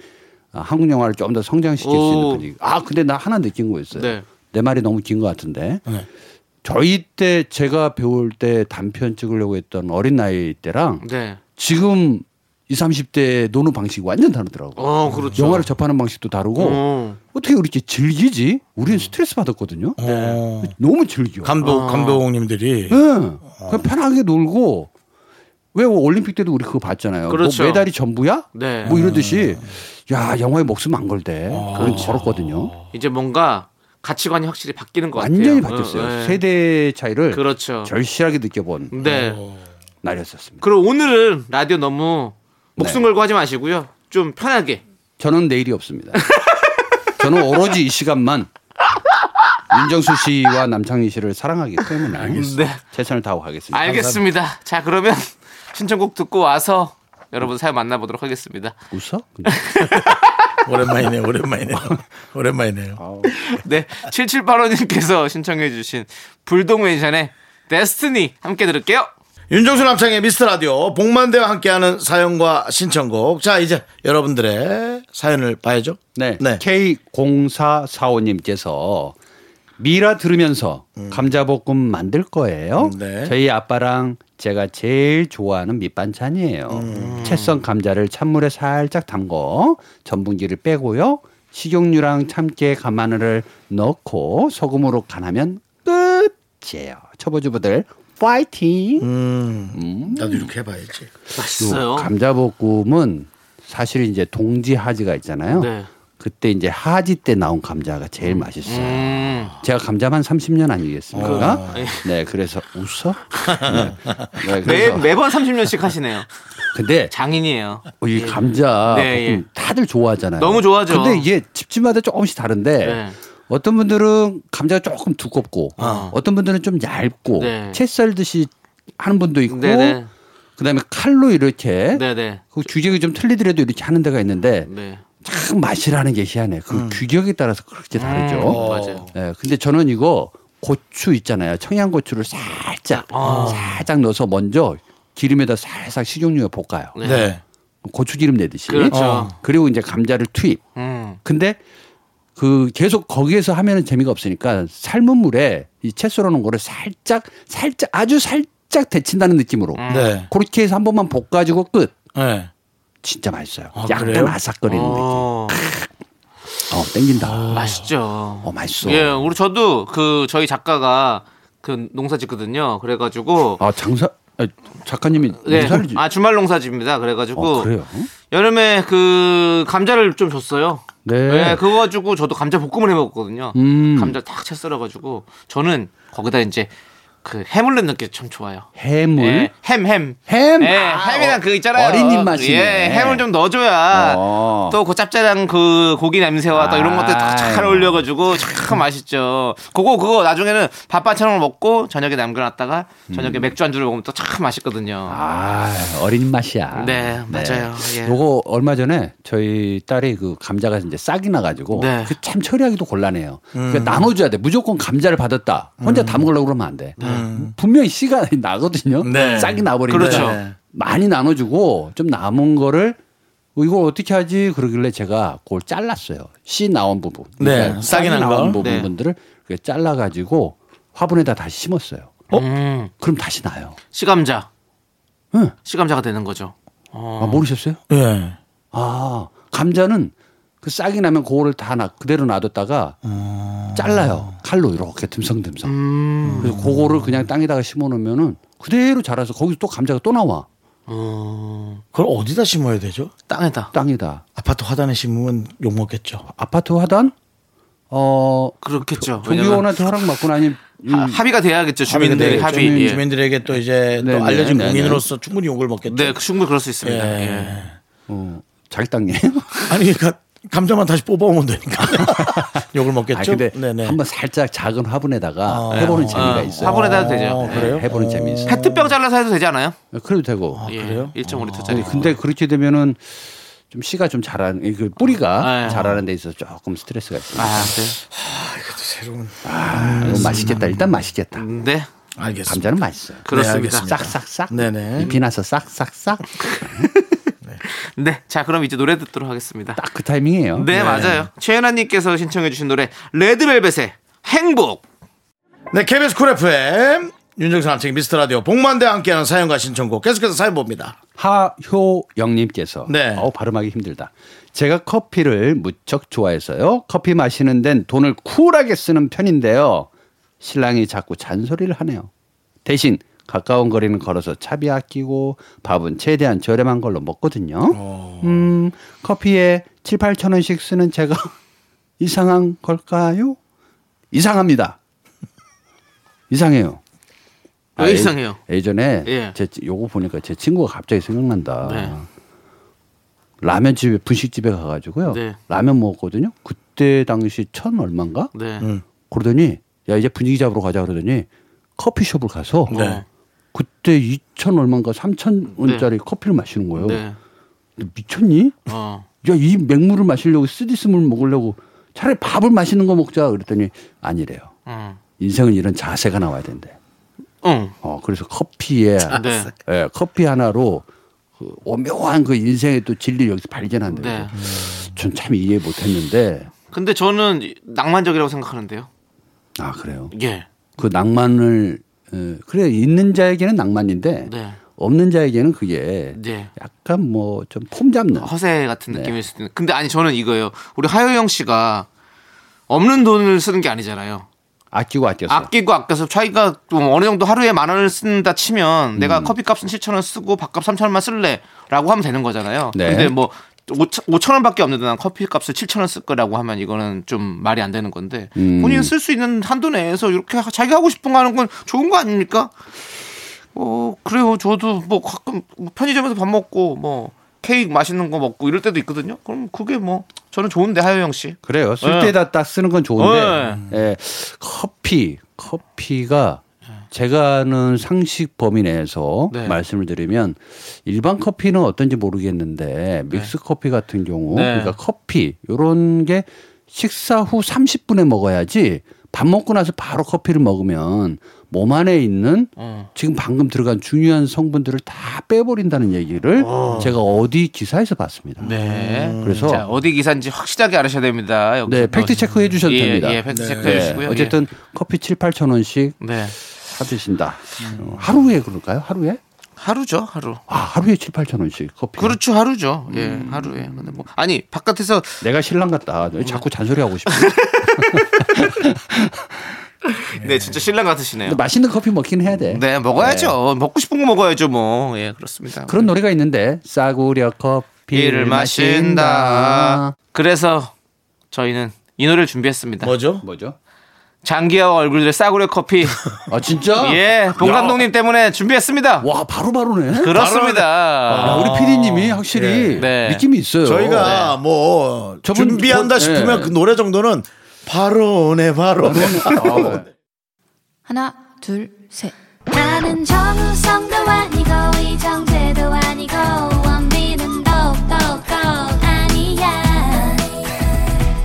H: 아, 한국 영화를 좀 더 성장시킬 수
C: 오.
H: 있는 분위기. 아 근데 나 하나 느낀 거 있어요.
C: 네.
H: 내 말이 너무 긴 것 같은데.
B: 네.
H: 저희 때 제가 배울 때 단편 찍으려고 했던 어린 나이 때랑
C: 네.
H: 지금 20, 30대 노는 방식이 완전 다르더라고. 요
C: 어, 그렇죠.
H: 영화를 접하는 방식도 다르고
C: 어.
H: 어떻게 이렇게 즐기지? 우리는 스트레스 받았거든요.
B: 어,
C: 네.
H: 너무 즐겨.
C: 아.
B: 감독 감독님들이
H: 예. 그냥 편하게 놀고 왜 올림픽 때도 우리 그거 봤잖아요.
C: 그렇죠. 예.
H: 뭐 메달이 전부야?
C: 네.
H: 뭐 이러듯이 야 영화에 목숨 안 걸대.
C: 아,
H: 그런 저렇거든요.
C: 이제 뭔가 가치관이 확실히 바뀌는 것 같아요.
H: 완전히 바뀌었어요.
C: 어, 네.
H: 세대 차이를
C: 그렇죠.
H: 절실하게 느껴본
C: 네.
H: 날이었습니다.
C: 그리고 오늘은 라디오 너무 목숨
H: 네.
C: 걸고 하지 마시고요. 좀 편하게.
H: 저는 내일이 없습니다. 저는 오로지 이 시간만 윤정수 씨와 남창희 씨를 사랑하기 때문에
C: 네.
H: 최선을 다하겠습니다.
C: 알겠습니다. 자, 그러면 신청곡 듣고 와서 여러분 사연 만나보도록 하겠습니다.
H: 웃어?
B: 오랜만이네 오랜만이네요 오랜만이네요
C: 네. 7785님께서 신청해주신 불동맨션의 데스티니 함께 들을게요.
B: 윤정수 남창의 미스터라디오 복만대와 함께하는 사연과 신청곡 자 이제 여러분들의 사연을 봐야죠
H: 네.
B: 네.
H: K0445님께서 미라 들으면서 감자볶음 음, 만들 거예요.
B: 네.
H: 저희 아빠랑 제가 제일 좋아하는 밑반찬이에요. 채썬 감자를 찬물에 살짝 담궈 전분기를 빼고요. 식용유랑 참깨 간마늘을 넣고 소금으로 간하면 끝이에요. 초보주부들 파이팅!
B: 음.
H: 음,
C: 음,
B: 나도 이렇게 해봐야지
C: 맛있어요.
H: 요 감자볶음은 사실 이제 동지 하지가 있잖아요.
C: 네.
H: 그때 이제 하지 때 나온 감자가 제일 맛있어요.
C: 음. 어.
H: 제가 감자만 30년 아니겠습니까? 네, 그래서 웃어. 네, 네,
C: 매,
H: 그래서
C: 매번 30년씩 하시네요.
H: 근데 어,
C: 장인이에요.
H: 이 감자
C: 예. 네,
H: 볶음 다들 좋아하잖아요.
C: 너무 좋아하죠.
H: 근데 이게 집집마다 조금씩 다른데
C: 네.
H: 어떤 분들은 감자가 조금 두껍고 어떤 분들은 좀 얇고
C: 네.
H: 채 썰듯이 하는 분도 있고
C: 네네.
H: 그다음에 칼로 이렇게
C: 네네.
H: 그 규격이 좀 틀리더라도 이렇게 하는 데가 있는데
C: 네.
H: 참 맛이라는 게 희한해. 그 규격에 따라서 그렇게 다르죠.
C: 음, 맞아요.
H: 예, 근데 저는 이거 고추 있잖아요. 청양고추를 살짝
C: 아.
H: 살짝 넣어서 먼저 기름에다 살살 식용유에 볶아요.
C: 네.
B: 네
H: 고추 기름 내듯이.
C: 그렇죠.
H: 리고 이제 감자를 투입.
C: 음.
H: 근데 그 계속 거기에서 하면은 재미가 없으니까 삶은 물에 이 채썰어 놓은 거를 살짝 살짝 아주 살짝 데친다는 느낌으로
C: 음.
B: 네.
H: 그렇게 해서 한 번만 볶아주고 끝.
B: 네.
H: 진짜 맛있어요.
B: 아,
H: 약간
B: 그래요?
H: 아삭거리는 느낌.
C: 어,
H: 어, 땡긴다.
C: 맛있죠.
H: 어, 맛있어.
C: 아. 예, 우리 저도 그 저희 작가가 그 농사 짓거든요. 그래가지고
H: 아, 장사 아, 작가님이
C: 네.
H: 농사를 지-
C: 아 주말 농사집니다. 그래가지고
H: 어, 그래요?
C: 여름에 그 감자를 좀 줬어요.
H: 네.
C: 네, 그거 가지고 저도 감자 볶음을 해 먹었거든요.
H: 음.
C: 감자 탁채 썰어가지고 저는 거기다 이제 그 해물 넣는 게 참 좋아요.
H: 해물.
C: 예, 햄, 햄.
H: 햄?
C: 예,
H: 아,
C: 햄이랑
H: 어,
C: 그 있잖아요.
H: 어린 입맛이네.
C: 예, 햄을 좀 넣어줘야
H: 어.
C: 또 그 짭짤한 그 고기 냄새와 또 이런 것들 다 잘
H: 아이고.
C: 어울려가지고 참 맛있죠. 그거 그거 나중에는 밥반찬으로 먹고 저녁에 남겨놨다가 저녁에 맥주 안주를 먹으면 또 참 맛있거든요.
H: 아, 어린 맛이야.
C: 네, 맞아요. 예.
H: 요거 얼마 전에 저희 딸이 그 감자가 이제 싹이 나가지고
C: 네. 음.
H: 그 참 처리하기도 곤란해요. 그러니까 나눠줘야 돼. 무조건 감자를 받았다. 혼자 다 먹으려고 그러면 안 돼. 분명히 씨가 나거든요.
B: 네.
H: 싹이 나버리니까
C: 네. 음. 그렇죠.
B: 네.
H: 많이 나눠주고 좀 남은 거를 어, 이걸 어떻게 하지 그러길래 제가 그걸 잘랐어요. 씨 나온 부분.
B: 네,
H: 그러니까
B: 싹이
H: 싹이
B: 난
H: 나온
B: 거.
C: 네.
H: 부분들을 그렇게 잘라가지고 화분에다 다시 심었어요.
C: 음,
H: 그럼 다시 나요.
C: 시감자.
H: 응.
C: 시감자가 되는 거죠.
H: 아, 모르셨어요?
B: 예.
H: 아 감자는 그 싹이 나면 그거를 다 나, 그대로 놔뒀다가
B: 아.
H: 잘라요 칼로 이렇게 듬성듬성
C: 음.
H: 그래서 그거를 그냥 땅에다가 심어놓으면은 그대로 자라서 거기서 또 감자가 또 나와
B: 그걸 어디다 심어야 되죠?
C: 어. 땅에다.
H: 땅에다
B: 아파트 화단에 심으면 욕 먹겠죠.
H: 아파트 화단 어
C: 그렇겠죠. 왜냐면
H: 종교원한테 허락 받고 나니 음,
C: 하- 합의가 돼야겠죠. 주민들의
B: 주민들,
C: 합의.
B: 주민,
C: 예.
B: 주민들에게 또 이제
H: 네,
B: 또
H: 네,
B: 알려진
H: 네, 네.
B: 국민으로서 충분히 욕을 먹겠죠.
C: 네, 충분히 그럴 수 있습니다. 예.
H: 어, 자기 땅이에요.
B: 아니 그러니까 감자만 다시 뽑아오면 되니까 욕을 먹겠죠.
H: 아 근데
B: 네네. 아.
H: 한번 살짝 작은 화분에다가 해보는 재미가
C: 어,
H: 있어요. 네,
C: 화분에다 해도 되죠.
B: 어, 그래요?
H: 해보는 재미 있어요.
C: 페트병 잘라서 해도 되지 않아요?
H: 그래도 되고
C: 예.
B: 그래요?
C: 1.5리터짜리.
H: 아니 근데 그렇게 되면은 좀 씨가 좀 자라는 그 뿌리가
C: 아,
H: 자라는 데 있어서 조금 스트레스가 있어요.
C: 아,
B: 새로운
H: 아, 이거 맛있겠다. 일단 맛있겠다.
C: 네. 네.
B: 알겠습니다.
H: 감자는 맛있어요. 네,
C: 그렇습니다.
B: 알겠습니다.
H: 싹싹싹.
B: 네네.
H: 잎이 나서 싹싹싹.
C: 네. 자, 그럼 이제 노래 듣도록 하겠습니다.
H: 딱 그 타이밍이에요.
C: 네, 맞아요. 최연아 님께서 신청해 주신 노래 레드벨벳의 행복.
B: 네 KBS 쿨 FM 윤정수 남친 미스터 라디오 복만대 와 함께하는 사연과 신청곡 계속해서 사연 봅니다.
H: 하효영님께서
B: 네.
H: 어 발음하기 힘들다. 제가 커피를 무척 좋아해서요. 커피 마시는 데는 돈을 쿨하게 쓰는 편인데요. 신랑이 자꾸 잔소리를 하네요. 대신 가까운 거리는 걸어서 차비 아끼고 밥은 최대한 저렴한 걸로 먹거든요.
C: 어.
H: 음, 커피에 7, 8천 원씩 쓰는 제가 이상한 걸까요? 이상합니다. 이상해요.
C: 왜
H: 예-
C: 이상해요?
H: 예전에
C: 예.
H: 제 요거 보니까 제 친구가 갑자기 생각난다.
C: 네.
H: 라면집에 분식집에 가가지고요.
C: 네.
H: 라면 먹었거든요. 그때 당시 천 얼마인가?
C: 네.
H: 그러더니 야 이제 분위기 잡으러 가자 그러더니 커피숍을 가서
C: 네.
H: 그때 2천 얼마인가 3천 원짜리 커피를 마시는 거예요.
C: 네.
H: 근데 미쳤니?
C: 어.
H: 야 이 맹물을 마시려고 쓰디스물 먹으려고 차라리 밥을 마시는 거 먹자 그랬더니 아니래요.
C: 응.
H: 인생은 이런 자세가 나와야 된대.
C: 어. 응.
H: 어 그래서 커피에
C: 네.
H: 예, 커피 하나로 그 오묘한 그 인생의 또 진리 여기서 발견한다.
C: 네.
H: 요 전참 이해 못했는데
C: 근데 저는 낭만적이라고 생각하는데요.
H: 아 그래요.
C: 예.
H: 그 낭만을 예, 그래 있는 자에게는 낭만인데
C: 네.
H: 없는 자에게는 그게
C: 네.
H: 약간 뭐 좀 폼 잡는.
C: 허세 같은 느낌일 수도 있는데 근데 아니 저는 이거예요. 우리 하효영 씨가 없는 돈을 쓰는 게 아니잖아요.
H: 아끼고 아꼈어.
C: 아끼고 아껴서 자기가 좀 어느 정도 하루에 만 원을 쓴다 치면 내가 커피값은 7천 원 쓰고 밥값 3천 원만 쓸래라고 하면 되는 거잖아요.
H: 네.
C: 근데 뭐 5천, 5천 원밖에 없는데 난 커피값을 7천 원 쓸 거라고 하면 이거는 좀 말이 안 되는 건데 본인 쓸 수 있는 한도 내에서 이렇게 하- 자기가 하고 싶은 거 하는 건 좋은 거 아닙니까? 어 그래요. 저도 뭐 가끔 뭐 편의점에서 밥 먹고 뭐 케이크 맛있는 거 먹고 이럴 때도 있거든요. 그럼 그게 뭐 저는 좋은데 하효영 씨.
H: 그래요. 쓸
C: 예.
H: 때다 딱 쓰는 건
C: 어.
H: 좋은데 예, 커피 커피가 제가 아는 상식 범위 내에서
C: 네.
H: 말씀을 드리면 일반 커피는 어떤지 모르겠는데 믹스 커피 같은 경우
C: 네.
H: 그러니까 커피 요런 게 식사 후 30분에 먹어야지 밥 먹고 나서 바로 커피를 먹으면 몸 안에 있는
C: 어.
H: 지금 방금 들어간 중요한 성분들을 다 빼버린다는 얘기를 제가 어디 기사에서 봤습니다.
C: 네.
H: 그래서
C: 자, 어디 기사인지 확실하게 알아셔야 됩니다. 여기서
H: 네,
C: 또-
H: 팩트 체크해 주셔도
C: 예,
H: 됩니다.
C: 예, 팩트 체크
H: 네,
C: 해 주시고요.
H: 어쨌든 커피 7, 8천 원씩
C: 예. 네.
H: 사드신다.
C: 음.
H: 어, 하루에 그럴까요? 하루에?
C: 하루죠, 하루.
H: 아, 하루에 7, 8천 원씩 커피.
C: 그렇죠, 하루죠. 예,
H: 음.
C: 하루에. 근데 뭐 아니, 바깥에서
H: 내가 신랑 같다.
C: 음.
H: 왜 자꾸 잔소리하고 싶어.
C: 네, 진짜 신랑 같으시네요.
H: 근데 맛있는 커피 먹긴 해야 돼.
C: 네, 먹어야죠. 먹고 싶은 거 먹어야죠, 뭐. 예, 그렇습니다.
H: 그런 노래가 있는데 싸구려 커피를
C: 비를 마신다. 그래서 저희는 이 노래를 준비했습니다.
B: 뭐죠?
H: 뭐죠?
C: 장기하와 얼굴들의 싸구려 커피.
H: 아 진짜?
C: 예, 본 감독님 때문에 준비했습니다.
H: 와 바로바로네. 야,
C: 그렇습니다.
H: 우리 PD님이 확실히
C: 예. 아. 네.
H: 느낌이 있어요.
B: 저희가 뭐
H: 저분
B: 준비한다
H: 곧-
B: 싶으면
H: 예.
B: 그 노래 정도는 바로 네 바로 네.
H: 아,
I: 하나, 둘, 셋.
D: 나는 정우성도 아니고 이정재도 아니고 원빈은 더욱더 아니야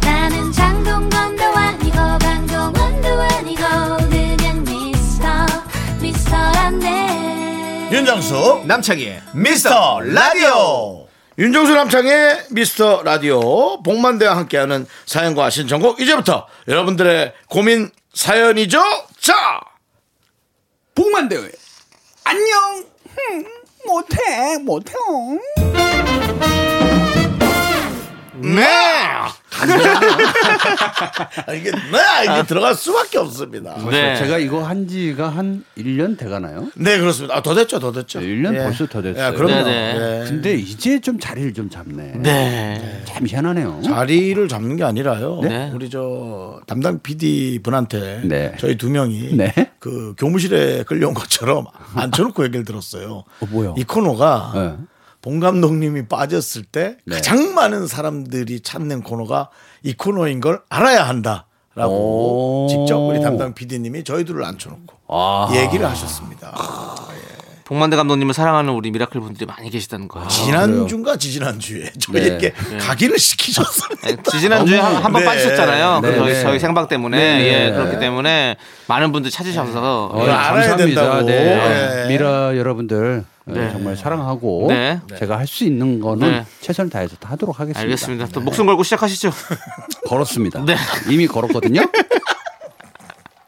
D: 나는 장동건도 아니고 강동원도 아니고 그냥 미스터 미스터란데
E: 윤정수 남창희의 미스터 라디오
B: 윤정수 남창의 미스터 라디오 복만대와 함께하는 사연과 신청곡 이제부터 여러분들의 고민 사연이죠. 자,
H: 복만대회. 안녕. 못해 못해.
B: 네. 이게 네 이게 들어갈 수밖에 없습니다.
C: 네.
H: 제가 이거 한 지가 한 1년 돼가나요?
B: 네 그렇습니다. 아, 더 됐죠, 더 됐죠.
H: 네, 일년
B: 예.
H: 벌써 더 됐어요.
B: 예, 그럼요.
C: 네, 네.
B: 예.
H: 근데 이제 좀 자리를 좀 잡네.
C: 네.
H: 참 희한하네요.
B: 자리를 잡는 게 아니라요.
C: 네.
B: 우리 저 담당 PD 분한테
H: 네.
B: 저희 두 명이
H: 네.
B: 그 교무실에 끌려온 것처럼 앉혀놓고 얘기를 들었어요.
H: 어, 뭐야?
B: 이 코너가
H: 네.
B: 봉 감독님이 빠졌을 때
H: 네.
B: 가장 많은 사람들이 찾는 코너가 이 코너인 걸 알아야 한다. 라고
H: 오.
B: 직접 우리 담당 PD님이 저희들을 앉혀놓고
C: 예.
H: 아.
B: 얘기를 하셨습니다.
C: 복만대 감독님을 사랑하는 우리 미라클 분들이 많이 계시다는 거.
B: 지난주인가 지지난주에
H: 네.
B: 저희에게 가기를 시키셨어요.
C: 네, 지지난주에 한 번
B: 네.
C: 빠지셨잖아요. 그
H: 네,
C: 저희,
H: 네.
C: 저희 생방 때문에.
H: 네.
C: 예, 그렇기 때문에 많은 분들 찾으셔서.
H: 어,
B: 이걸 알아야 된다고.
H: 네.
B: 네.
H: 미라 여러분들 어,
C: 네.
H: 정말 사랑하고
C: 네.
H: 제가 할 수 있는 거는
C: 네.
H: 최선을 다해서 다 하도록 하겠습니다.
C: 알겠습니다. 또 목숨 걸고 시작하시죠.
H: 걸었습니다.
C: 네.
H: 이미 걸었거든요.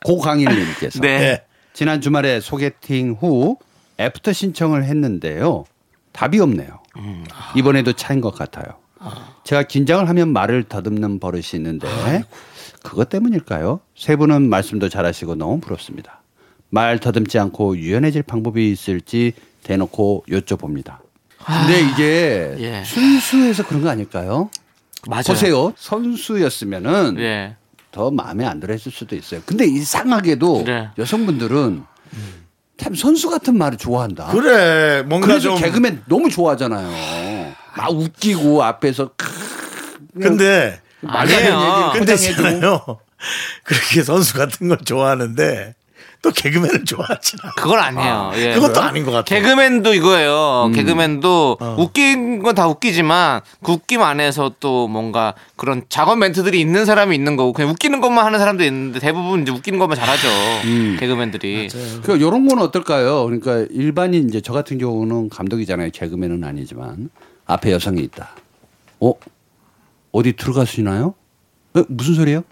H: 고강일님께서
B: 네.
H: 지난 주말에 소개팅 후 애프터 신청을 했는데요. 답이 없네요. 이번에도 차인 것 같아요. 제가 긴장을 하면 말을 더듬는 버릇이 있는데 그것 때문일까요? 세 분은 말씀도 잘하시고 너무 부럽습니다. 말 더듬지 않고 유연해질 방법이 있을지 대놓고 여쭤봅니다. 근데 이게
C: 아, 예.
H: 순수해서 그런 거 아닐까요?
C: 맞아요.
H: 보세요. 선수였으면은
C: 예.
H: 더 마음에 안 들어 했을 수도 있어요. 근데 이상하게도
C: 네.
H: 여성분들은 참 선수 같은 말을 좋아한다.
B: 그래 뭔가
H: 그래서
B: 좀
H: 개그맨 너무 좋아하잖아요. 막 웃기고 앞에서 크-
B: 근데
C: 아니에요.
B: 근데 있잖아요. 그렇게 선수 같은 걸 좋아하는데 또 개그맨을 좋아하지 않아.
C: 그건 아니에요. 예.
B: 그것도 아닌 것 같아요. 음. 어.
C: 개그맨도 이거예요. 개그맨도 웃긴 건 다 웃기지만 그 웃김 안에서 또 뭔가 그런 작업 멘트들이 있는 사람이 있는 거고 그냥 웃기는 것만 하는 사람도 있는데 대부분 이제 웃기는 것만 잘하죠.
B: 음.
C: 개그맨들이.
H: 그 이런 건 어떨까요? 그러니까 일반인 이제 저 같은 경우는 감독이잖아요. 개그맨은 아니지만 앞에 여성이 있다. 어 어디 들어가시나요? 에? 무슨 소리예요?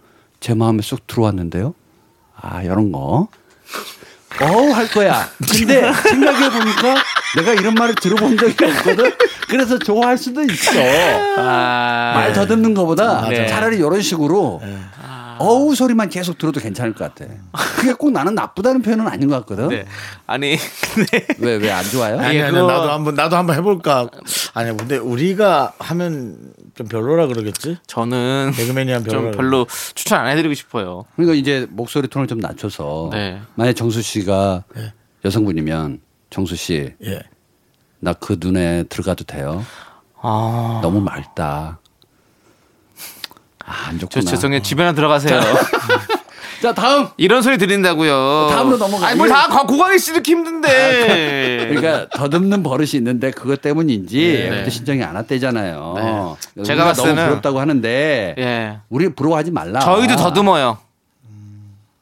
H: 제 마음에 쏙 들어왔는데요. 아 이런 거. 어우 할 거야. 근데 생각해 보니까 내가 이런 말을 들어본 적이 없거든. 그래서 좋아할 수도 있어.
C: 아,
H: 말 더듬는 것보다
C: 네.
H: 차라리 이런 식으로 어우 소리만 계속 들어도 괜찮을 것 같아. 그게 꼭 나는 나쁘다는 표현은 아닌 것 같거든.
C: 네. 아니 근데
H: 왜 왜 안 좋아요?
B: 아니, 아니
C: 그거-
B: 나도 한번 나도 한번 해볼까. 아니 근데 우리가 하면 좀 별로라 그러겠지.
C: 저는
B: 개그맨이 한
C: 좀
B: 별로.
C: 별로 추천 안 해드리고 싶어요.
H: 그러니까 이제 목소리 톤을 좀 낮춰서
C: 네.
H: 만약 정수 씨가 여성분이면 정수
B: 예.
H: 씨 나 그 눈에 들어가도 돼요.
C: 아,
H: 너무 맑다. 아, 안
C: 저
H: 좋구나.
C: 죄송해요. 집에나 들어가세요.
H: 자 다음.
C: 이런 소리 들린다고요.
H: 다음으로 넘어가요.
C: 아니 뭘다 고강이 씨 듣기 힘든데.
H: 그러니까 더듬는 버릇이 있는데 그것 때문인지
C: 네.
H: 애프터 신청이 안 왔대잖아요.
C: 네. 제가
H: 제가
C: 봤을
H: 너무
C: 때는-
H: 부럽다고 하는데
C: 예.
H: 우리 부러워하지 말라.
C: 저희도 더듬어요.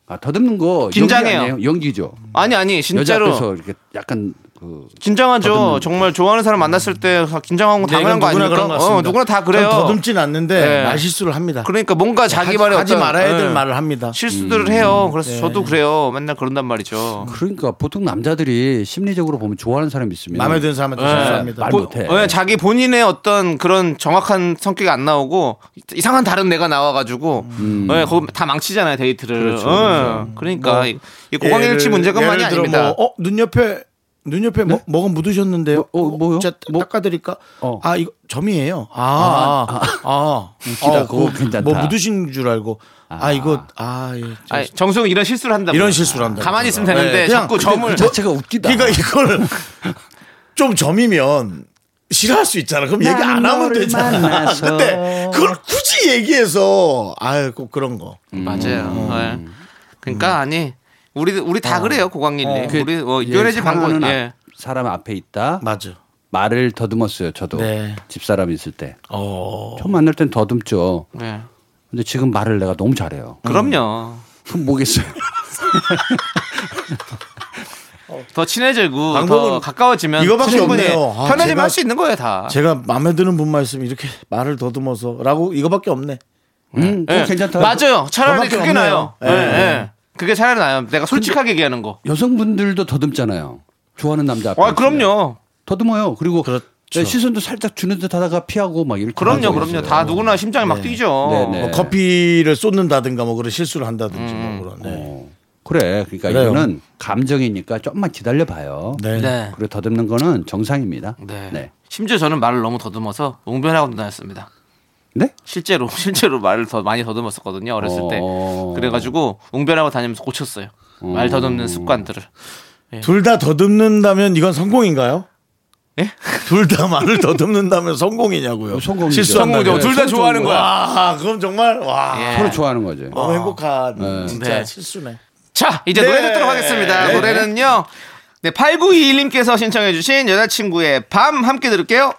H: 아, 더듬는 거
C: 긴장해요.
H: 연기 아니에요? 연기죠.
C: 아니 아니
H: 여자 앞에서
C: 진짜로
H: 이렇게 약간 그
C: 긴장하죠. 정말 좋아하는 사람 만났을 때 긴장한 건
B: 네,
C: 당연한
B: 이건
C: 거
B: 누구나
C: 아닙니까?
B: 그런 것 같습니다.
C: 어, 누구나 다 그래요.
B: 전 더듬진 않는데
C: 네.
B: 말 실수를 합니다.
C: 그러니까 뭔가 자기 말에
B: 하지
C: 어떤-
B: 네, 말아야 될 음. 네.
C: 예.
B: 말을 합니다.
C: 실수들을 해요. 그래서 저도 그래요. 맨날 그런단 말이죠.
H: 그러니까 보통 남자들이 심리적으로 보면 좋아하는 사람 이 있으면
B: 마음에 드는 사람한테
C: 예.
B: 실수합니다. 뭐
H: 말
C: 보-
H: 못해.
C: 예, 자기 본인의 어떤 그런 정확한 성격이 안 나오고 이상한 다른 내가 나와가지고
B: 음.
C: 예, 거기 다 망치잖아요 데이트를. 그러니까 이 고광일치
B: 그렇죠, 뭐 예를-
C: 문제뿐만이
B: 예를 들어
C: 아닙니다.
B: 뭐, 어, 눈 옆에 눈옆에 뭐, 뭐가 묻으셨는데요?
H: 네. 뭐, 어, 뭐요?
B: 제가 따-
H: 뭐?
B: 닦아드릴까?
H: 어.
B: 아, 이거 점이에요. 아, 아, 아.
H: 웃기다.
B: 아,
H: 그거
B: 그거
H: 괜찮다.
B: 뭐 묻으신 줄 알고. 아, 이거, 아, 예.
C: 아 정수영 이런 실수를 한다.
B: 이런 실수를 한다.
C: 가만히 있으면 되는데
B: 네, 그냥
C: 자꾸
B: 그냥
C: 점을
H: 그 자체가 웃기다.
C: 아.
B: 그러니까 이걸 좀 점이면 싫어할 수 있잖아. 그럼 얘기 안
H: 난
B: 하면
H: 너를
B: 되잖아.
H: 만나서.
B: 근데 그걸 굳이 얘기해서 아유 꼭 그런 거.
C: 맞아요.
B: 음.
C: 예. 그러니까 아니 우리 우리
B: 어.
C: 다 그래요 고광일 님. 우리
B: 그
C: 어,
H: 예,
C: 요래지 방고
H: 사랑하는
C: 예.
H: 앞- 사람 앞에 있다.
B: 맞아.
H: 말을 더듬었어요. 저도
B: 네.
H: 집사람 있을 때.
B: 어.
H: 처음 만날 땐 더듬죠.
B: 아.
C: 예.
H: 근데 지금 말을 내가 너무 잘해요.
C: 그럼요.
B: 음.
H: 그럼 뭐겠어요?
C: 더 친해지고 더
B: 방법은
C: 가까워지면
B: 이거밖에
C: 충분히
B: 없네요. 아,
C: 편해지면
B: 제가-
C: 할 수 있는 거예요 다.
B: 제가 마음에 드는 분만 있으면 이렇게 말을 더듬어서라고 이거밖에 없네.
H: 음, 그거
C: 예.
H: 괜찮다.
C: 맞아요. 차라리
B: 그거밖에
C: 그게
B: 없네요.
C: 나요. 예.
B: 예.
C: 예. 그게 차라리 나요. 내가 솔직하게 얘기하는 거.
H: 여성분들도 더듬잖아요. 좋아하는 남자 앞에.
C: 아
H: 있으면.
C: 그럼요.
H: 더듬어요. 그리고
B: 그렇죠.
H: 예, 시선도 살짝 주는 듯 하다가 피하고 막 이렇게.
C: 그럼요.
H: 하고
C: 그럼요.
H: 있어요.
C: 다 누구나 심장이 막 뛰죠.
H: 네, 네.
B: 뭐 커피를 쏟는다든가 뭐 그런 실수를 한다든지
C: 음.
B: 뭐 그런. 네.
H: 어. 그래. 그러니까
B: 그래요.
H: 이거는 감정이니까 좀만 기다려봐요.
B: 네.
C: 네.
H: 그리고 더듬는 거는 정상입니다.
C: 네.
H: 네.
C: 심지어 저는 말을 너무 더듬어서 웅변학원도 다녔습니다.
H: 네?
C: 실제로 실제로 말을 더 많이 더듬었었거든요 어렸을 때.
H: 어.
C: 그래가지고 웅변학원 다니면서 고쳤어요. 말 더듬는 습관들을.
B: 둘 다 더듬는다면 이건 성공인가요?
C: 예?
B: 둘 다 말을 더듬는다면 어, 성공이냐고요.
H: 성공이죠.
B: 실수한다면.
C: 성공이죠. 둘다 좋아하는 거야.
B: 와, 그럼 정말 와.
C: 예.
H: 서로 좋아하는 거지.
B: 너무 행복한 진짜
C: 네.
B: 실수네.
C: 자, 이제
B: 네.
C: 노래 듣도록 하겠습니다.
B: 네.
C: 노래는요. 네, 8921님께서 신청해주신 여자친구의 밤 함께 들을게요.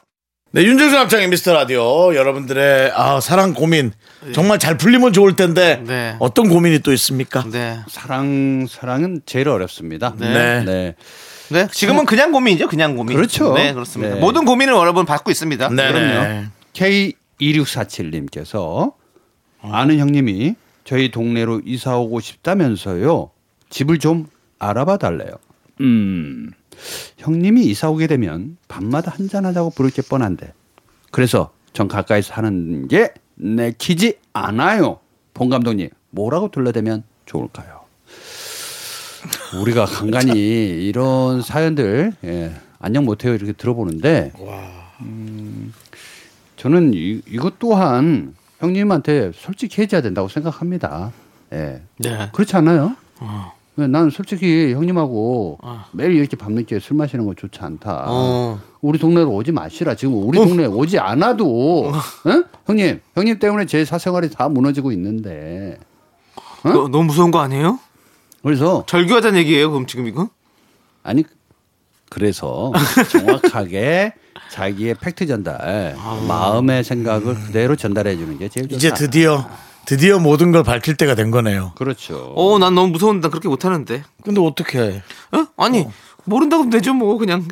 B: 네, 윤정수 합창의 미스터 라디오 여러분들의 아, 사랑 고민 정말 잘 풀리면 좋을 텐데
C: 예. 네.
B: 어떤 고민이 또 있습니까?
C: 네.
H: 사랑 사랑은 제일 어렵습니다.
B: 네.
H: 네.
C: 네. 지금은 그냥 고민이죠. 그냥 고민.
H: 그렇죠.
C: 네, 그렇습니다.
H: 네.
C: 모든 고민을 여러분 받고 있습니다.
B: 네,
H: 그럼요. K2647님께서 아는 형님이 저희 동네로 이사 오고 싶다면서요. 집을 좀 알아봐 달래요. 음. 형님이 이사 오게 되면 밤마다 한잔 하자고 부를 게 뻔한데. 그래서 전 가까이서 하는 게 내키지 않아요. 본 감독님, 뭐라고 둘러대면 좋을까요? 우리가 간간히 이런 사연들 예, 안녕 못해요 이렇게 들어보는데 저는 이, 이것 또한 형님한테 솔직해져야 된다고 생각합니다. 예.
C: 네.
H: 그렇지 않아요? 예, 난 솔직히 형님하고 매일 이렇게 밤늦게 술 마시는 거 좋지 않다.
C: 어.
H: 우리 동네로 오지 마시라. 지금 우리 동네 오지 않아도 응? 형님, 형님 때문에 제 사생활이 다 무너지고 있는데.
C: 어, 너, 무 무서운 거 아니에요?
H: 그래서
C: 절규하자는 얘기예요, 그럼 지금 이거?
H: 아니 그래서 정확하게 자기의 팩트 전달, 마음의 생각을 그대로 전달해 주는 게 제일 좋다.
B: 이제 드디어 드디어 모든 걸 밝힐 때가 된 거네요.
H: 그렇죠.
C: 어, 난 너무 무서운데 난 그렇게 못하는데.
B: 근데 어떻게?
C: 어? 아니, 모른다고 하면 되죠, 뭐. 그냥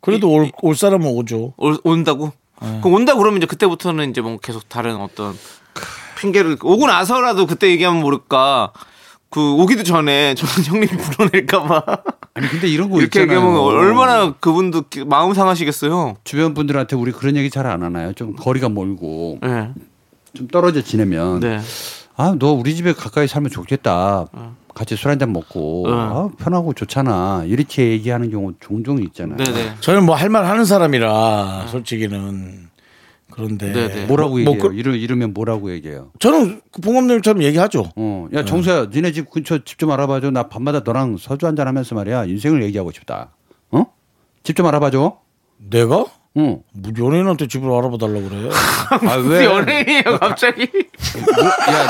B: 그래도 올, 올 사람은 오죠.
C: 올- 온다고. 그럼 온다 그러면 이제 그때부터는 이제 뭐 계속 다른 어떤 핑계를 그 오고 나서라도 그때 얘기하면 모를까. 그 오기도 전에 저는 형님이 불어낼까봐
H: 아니 근데 이런 거
C: 이렇게
H: 있잖아요. 뭐.
C: 얘기하면 얼마나 그분도 기- 마음 상하시겠어요.
H: 주변 분들한테 우리 그런 얘기 잘 안 하나요? 좀 거리가 멀고
C: 네.
H: 좀 떨어져 지내면
C: 네.
H: 아 너 우리 집에 가까이 살면 좋겠다.
C: 어.
H: 같이 술 한잔 먹고 아, 편하고 좋잖아. 이렇게 얘기하는 경우 종종 있잖아요.
C: 네네.
B: 저는 뭐 할 말 하는 사람이라 솔직히는 그런데
C: 네, 네.
H: 아. 뭐라고
B: 뭐
H: 얘기해요?
B: 그-
H: 이러, 이러면 뭐라고 얘기해요?
B: 저는 그 봉업님처럼 얘기하죠.
H: 어, 야 정수야, 니네 집 근처 집 좀 알아봐줘. 나 밤마다 너랑 서주 한잔 하면서 말이야 인생을 얘기하고 싶다. 어? 집 좀 알아봐줘.
B: 내가
H: 응.
B: 뭐 연예인한테 집을 알아봐 달라고 그래.
H: 아 왜?
C: 연예인이에요 갑자기.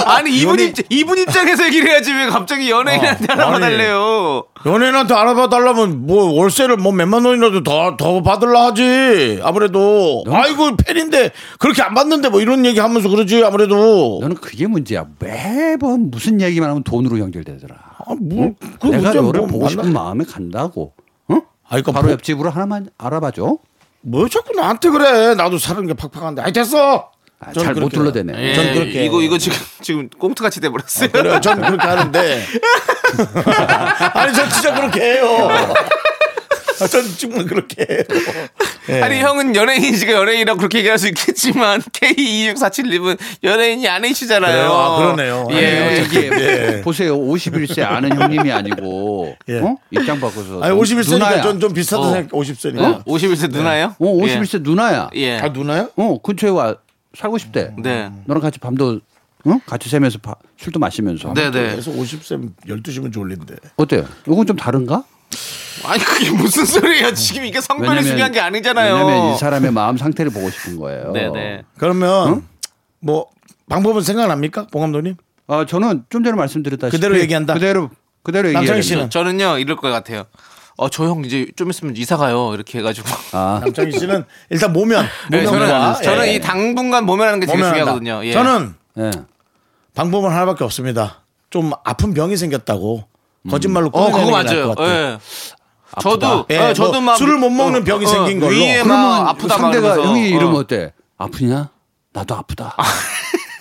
C: 아니 이분
H: 연예인-
C: 입장 이분 입장에서 얘기를 해야지 왜 갑자기 연예인한테
B: 어,
C: 하나
B: 아니.
C: 달래요.
B: 연예인한테 알아봐 달라면 뭐 월세를 뭐 몇만 원이라도 더 더 받을라 하지. 아무래도 아이고 팬인데 그렇게 안 받는데 뭐 이런 얘기 하면서 그러지 아무래도.
H: 너는 그게 문제야. 매번 무슨 얘기만 하면 돈으로 연결되더라.
B: 아, 뭐, 그
H: 내가
B: 문제는
H: 너를
B: 뭐
H: 보고
B: 만나-
H: 싶은 마음에 간다고. 응?
B: 아니, 그러니까
H: 바로
B: 뭐-
H: 옆집으로 하나만 알아봐줘.
B: 뭐 자꾸 나한테 그래. 나도 사는 게 팍팍한데. 아이 됐어.
H: 아,
B: 저는
H: 잘못
B: 그렇게
H: 둘러대네.
B: 해요. 전 그렇게 해요.
C: 예, 이거 이거 지금 지금 꽁트같이 돼버렸어요.
B: 그래요. 전 그렇게 하는데. 아니, 전 진짜 그렇게 해요. 아, 전 정말 그렇게 해요. 예.
C: 아니 형은 연예인이니까 연예인이라고 그렇게 얘기할 수 있겠지만 K26472은 연예인이 아니시잖아요.
B: 그래요. 아, 그러네요.
C: 예.
B: 아니에요.
H: 이게
B: 예.
H: 보세요. 51세 아는 형님이 아니고
B: 예.
H: 어? 입장 바꿔서
B: 아니 51세니까
H: 누나야.
B: 전 좀 비슷하다
C: 어.
B: 생각. 50세니까.
C: 어? 51세 누나요?
H: 어, 51세 누나야.
C: 예. 예.
B: 아 누나요?
H: 어, 근처에 와 살고 싶대.
C: 네.
H: 너랑 같이 밤도 어? 같이 새면서 바- 술도 마시면서.
C: 네네.
B: 그래서 50세 12시면 졸린데.
H: 어때요? 요건 좀 다른가?
C: 아니 그게 무슨 소리예요? 지금 이게 성별이 중요한 게 아니잖아요.
H: 왜냐면 이 사람의 마음 상태를 보고 싶은 거예요.
C: 네네.
B: 그러면 뭐 방법은 생각납니까? 봉 감독님?
H: 아, 저는 좀 전에 말씀드렸다시피
B: 그대로 얘기한다.
H: 그대로 그대로 얘기해야
B: 남창희
H: 된다.
B: 씨는
C: 저는요 이럴 것 같아요. 어 저 형 이제 좀 있으면 이사 가요 이렇게 해가지고.
H: 아,
B: 남창희 씨는 일단 모면
C: 네, 저는
B: 모면과
C: 저는
B: 예.
C: 이 당분간 모면하는 게 되게
B: 모면한다.
C: 중요하거든요. 예.
B: 저는
H: 예.
B: 방법은 하나밖에 없습니다. 좀 아픈 병이 생겼다고 거짓말로
C: 어
B: 꾸며내는
C: 그거
B: 게 나을
C: 맞아요.
B: 것 같아요.
C: 예. 저도
B: 예,
C: 어, 저도
B: 뭐
C: 막
B: 술을 못 먹는 병이 생긴 걸로.
C: 위에 막
H: 그러면
C: 아프다 막
H: 상대가
C: 그러면서.
H: 형이 이름
C: 어.
H: 어때? 아프냐? 나도 아프다.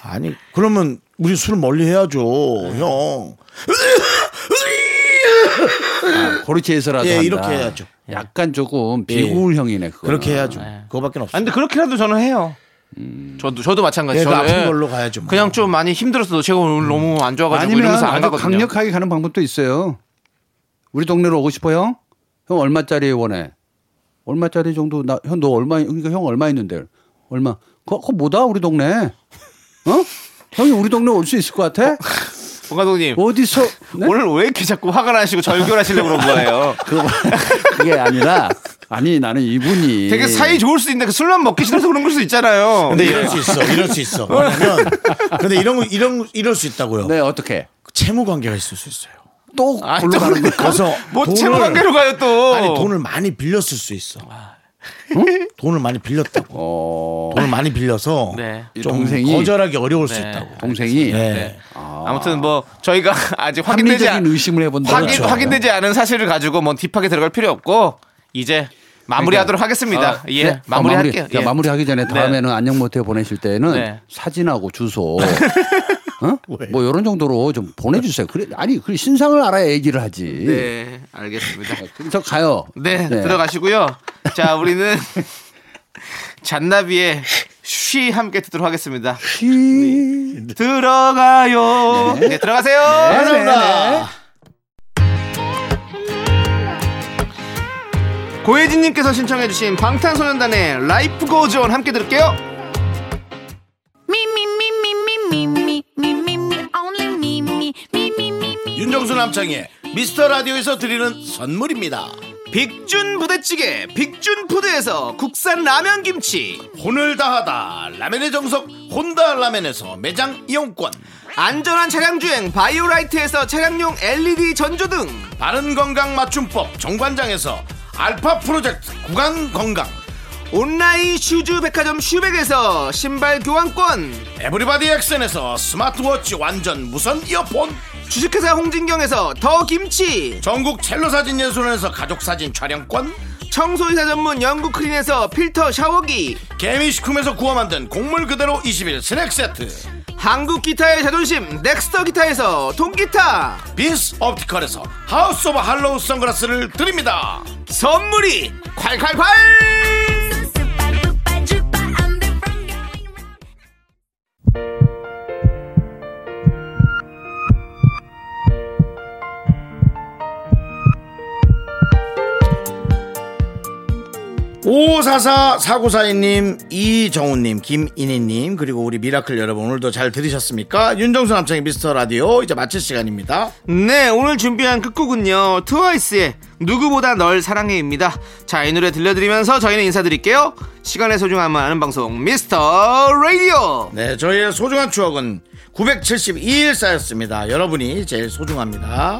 B: 아니 그러면 우리 술 멀리 해야죠, 네. 형.
H: 고르치 아, 해서라도
B: 예,
H: 한다.
B: 이렇게 해야죠.
H: 약간
C: 예.
H: 조금 비굴형이네 그거.
B: 그렇게 해야죠. 그거밖에
C: 아,
B: 없어요.
C: 근데 그렇게라도 저는 해요. 음. 저도 저도 마찬가지.
B: 예, 그
C: 저는
B: 아픈
C: 예.
B: 걸로 가야죠. 뭐.
C: 그냥 좀 많이 힘들었어도 제가 오늘 너무 안 좋아가지고
H: 아니면
C: 이러면서 안
H: 아주
C: 가거든요.
H: 강력하게 가는 방법도 있어요. 우리 동네로 오고 싶어 형? 형 얼마짜리 원해? 얼마짜리 정도 나 형 너 얼마 그러니까 형 얼마 있는데 얼마? 그거, 그거 뭐다 우리 동네? 어? 형이 우리 동네 올 수 있을 것 같아?
C: 봉 감독님
H: 어디서? 네?
C: 오늘 왜 이렇게 자꾸 화가 나시고 절교하시려고 그런 거예요?
H: 그거 그게 아니라 아니 나는 이분이
C: 되게 사이 좋을 수도 있는데 그 술만 먹기 싫어서 그런 걸 수도 있잖아요.
B: 예.
C: 예.
B: 근데 예. 이럴 수 있어. 이럴 수 있어. 왜냐면 근데 이런 거- 이런 이럴 수 있다고요.
H: 네 어떻게
B: 채무 관계가 있을 수 있어요.
H: 또
C: 아니,
H: 골로
C: 또
H: 가는 거
B: 그래서
C: 뭐
B: 돈을-
C: 채무 관계로 가요 또.
B: 아니 돈을 많이 빌렸을 수 있어. 응? 돈을 많이 빌렸다고.
H: 어,
B: 돈을 많이 빌려서
C: 네.
B: 좀
H: 동생이-
B: 거절하기 어려울 수
C: 네.
B: 있다고.
H: 동생이
B: 네.
C: 아무튼 뭐 저희가 아직 확인되지 않,
H: 합리적인 의심을 해본다. 그렇죠.
C: 확인, 확인되지 않은 사실을 가지고 뭐 딥하게 들어갈 필요 없고 이제 마무리하도록 하겠습니다.
H: 아,
C: 예,
H: 그래? 아, 마무리.
C: 마무리할게요.
H: 야,
C: 예.
H: 마무리하기 전에 다음에는 안녕 모텔 보내실 때는
C: 네.
H: 사진하고 주소. 어? 뭐 이런 정도로 좀 보내주세요. 그래 아니 그 신상을 알아야 얘기를 하지.
C: 네, 알겠습니다.
H: 그래서 가요.
C: 네, 들어가시고요. 자, 우리는 잔나비의 쉬 함께 듣도록 하겠습니다.
H: 쉬.
C: 들어가요. 네, 들어가세요.
H: 감사합니다.
C: 고혜진님께서 신청해주신 방탄소년단의 라이프 고즈온 함께 들을게요.
B: 윤정수 남창의 미스터 라디오에서 드리는 선물입니다.
C: 빅준 부대찌개 빅준 푸드에서 국산 라면 김치
B: 혼을 다하다 라멘의 정석 혼다 라멘에서 네. 매장 이용권
C: 안전한 차량 주행 바이오라이트에서 차량용 LED 전조등
B: 바른 건강 맞춤법 정관장에서 알파 프로젝트 구간 건강
C: 온라인 슈즈 백화점 슈백에서 신발 교환권
B: 에브리바디 액션에서 스마트워치 완전 무선 이어폰
C: 주식회사 홍진경에서 더 김치
B: 전국 첼로 사진 예술원에서 가족 사진 촬영권
C: 청소이사 전문 영국 크린에서 필터 샤워기
B: 개미식품에서 구워 만든 곡물 그대로 21 스낵 세트
C: 한국 기타의 자존심 넥스터 기타에서 통기타
B: 빈스 옵티컬에서 하우스 오브 할로우 선글라스를 드립니다
C: 선물이 콸콸콸
B: 오사사 사구사인님, 이정훈님, 김인희님 그리고 우리 미라클 여러분 오늘도 잘 들으셨습니까? 윤정수 남창의 미스터 라디오 이제 마칠 시간입니다.
C: 네 오늘 준비한 끝곡은요 트와이스의 누구보다 널 사랑해입니다 자 이 노래 들려드리면서 저희는 인사드릴게요 시간의 소중함을 아는 방송 미스터 라디오
B: 네, 저희의 소중한 추억은 972일 쌓였습니다. 여러분이 제일 소중합니다.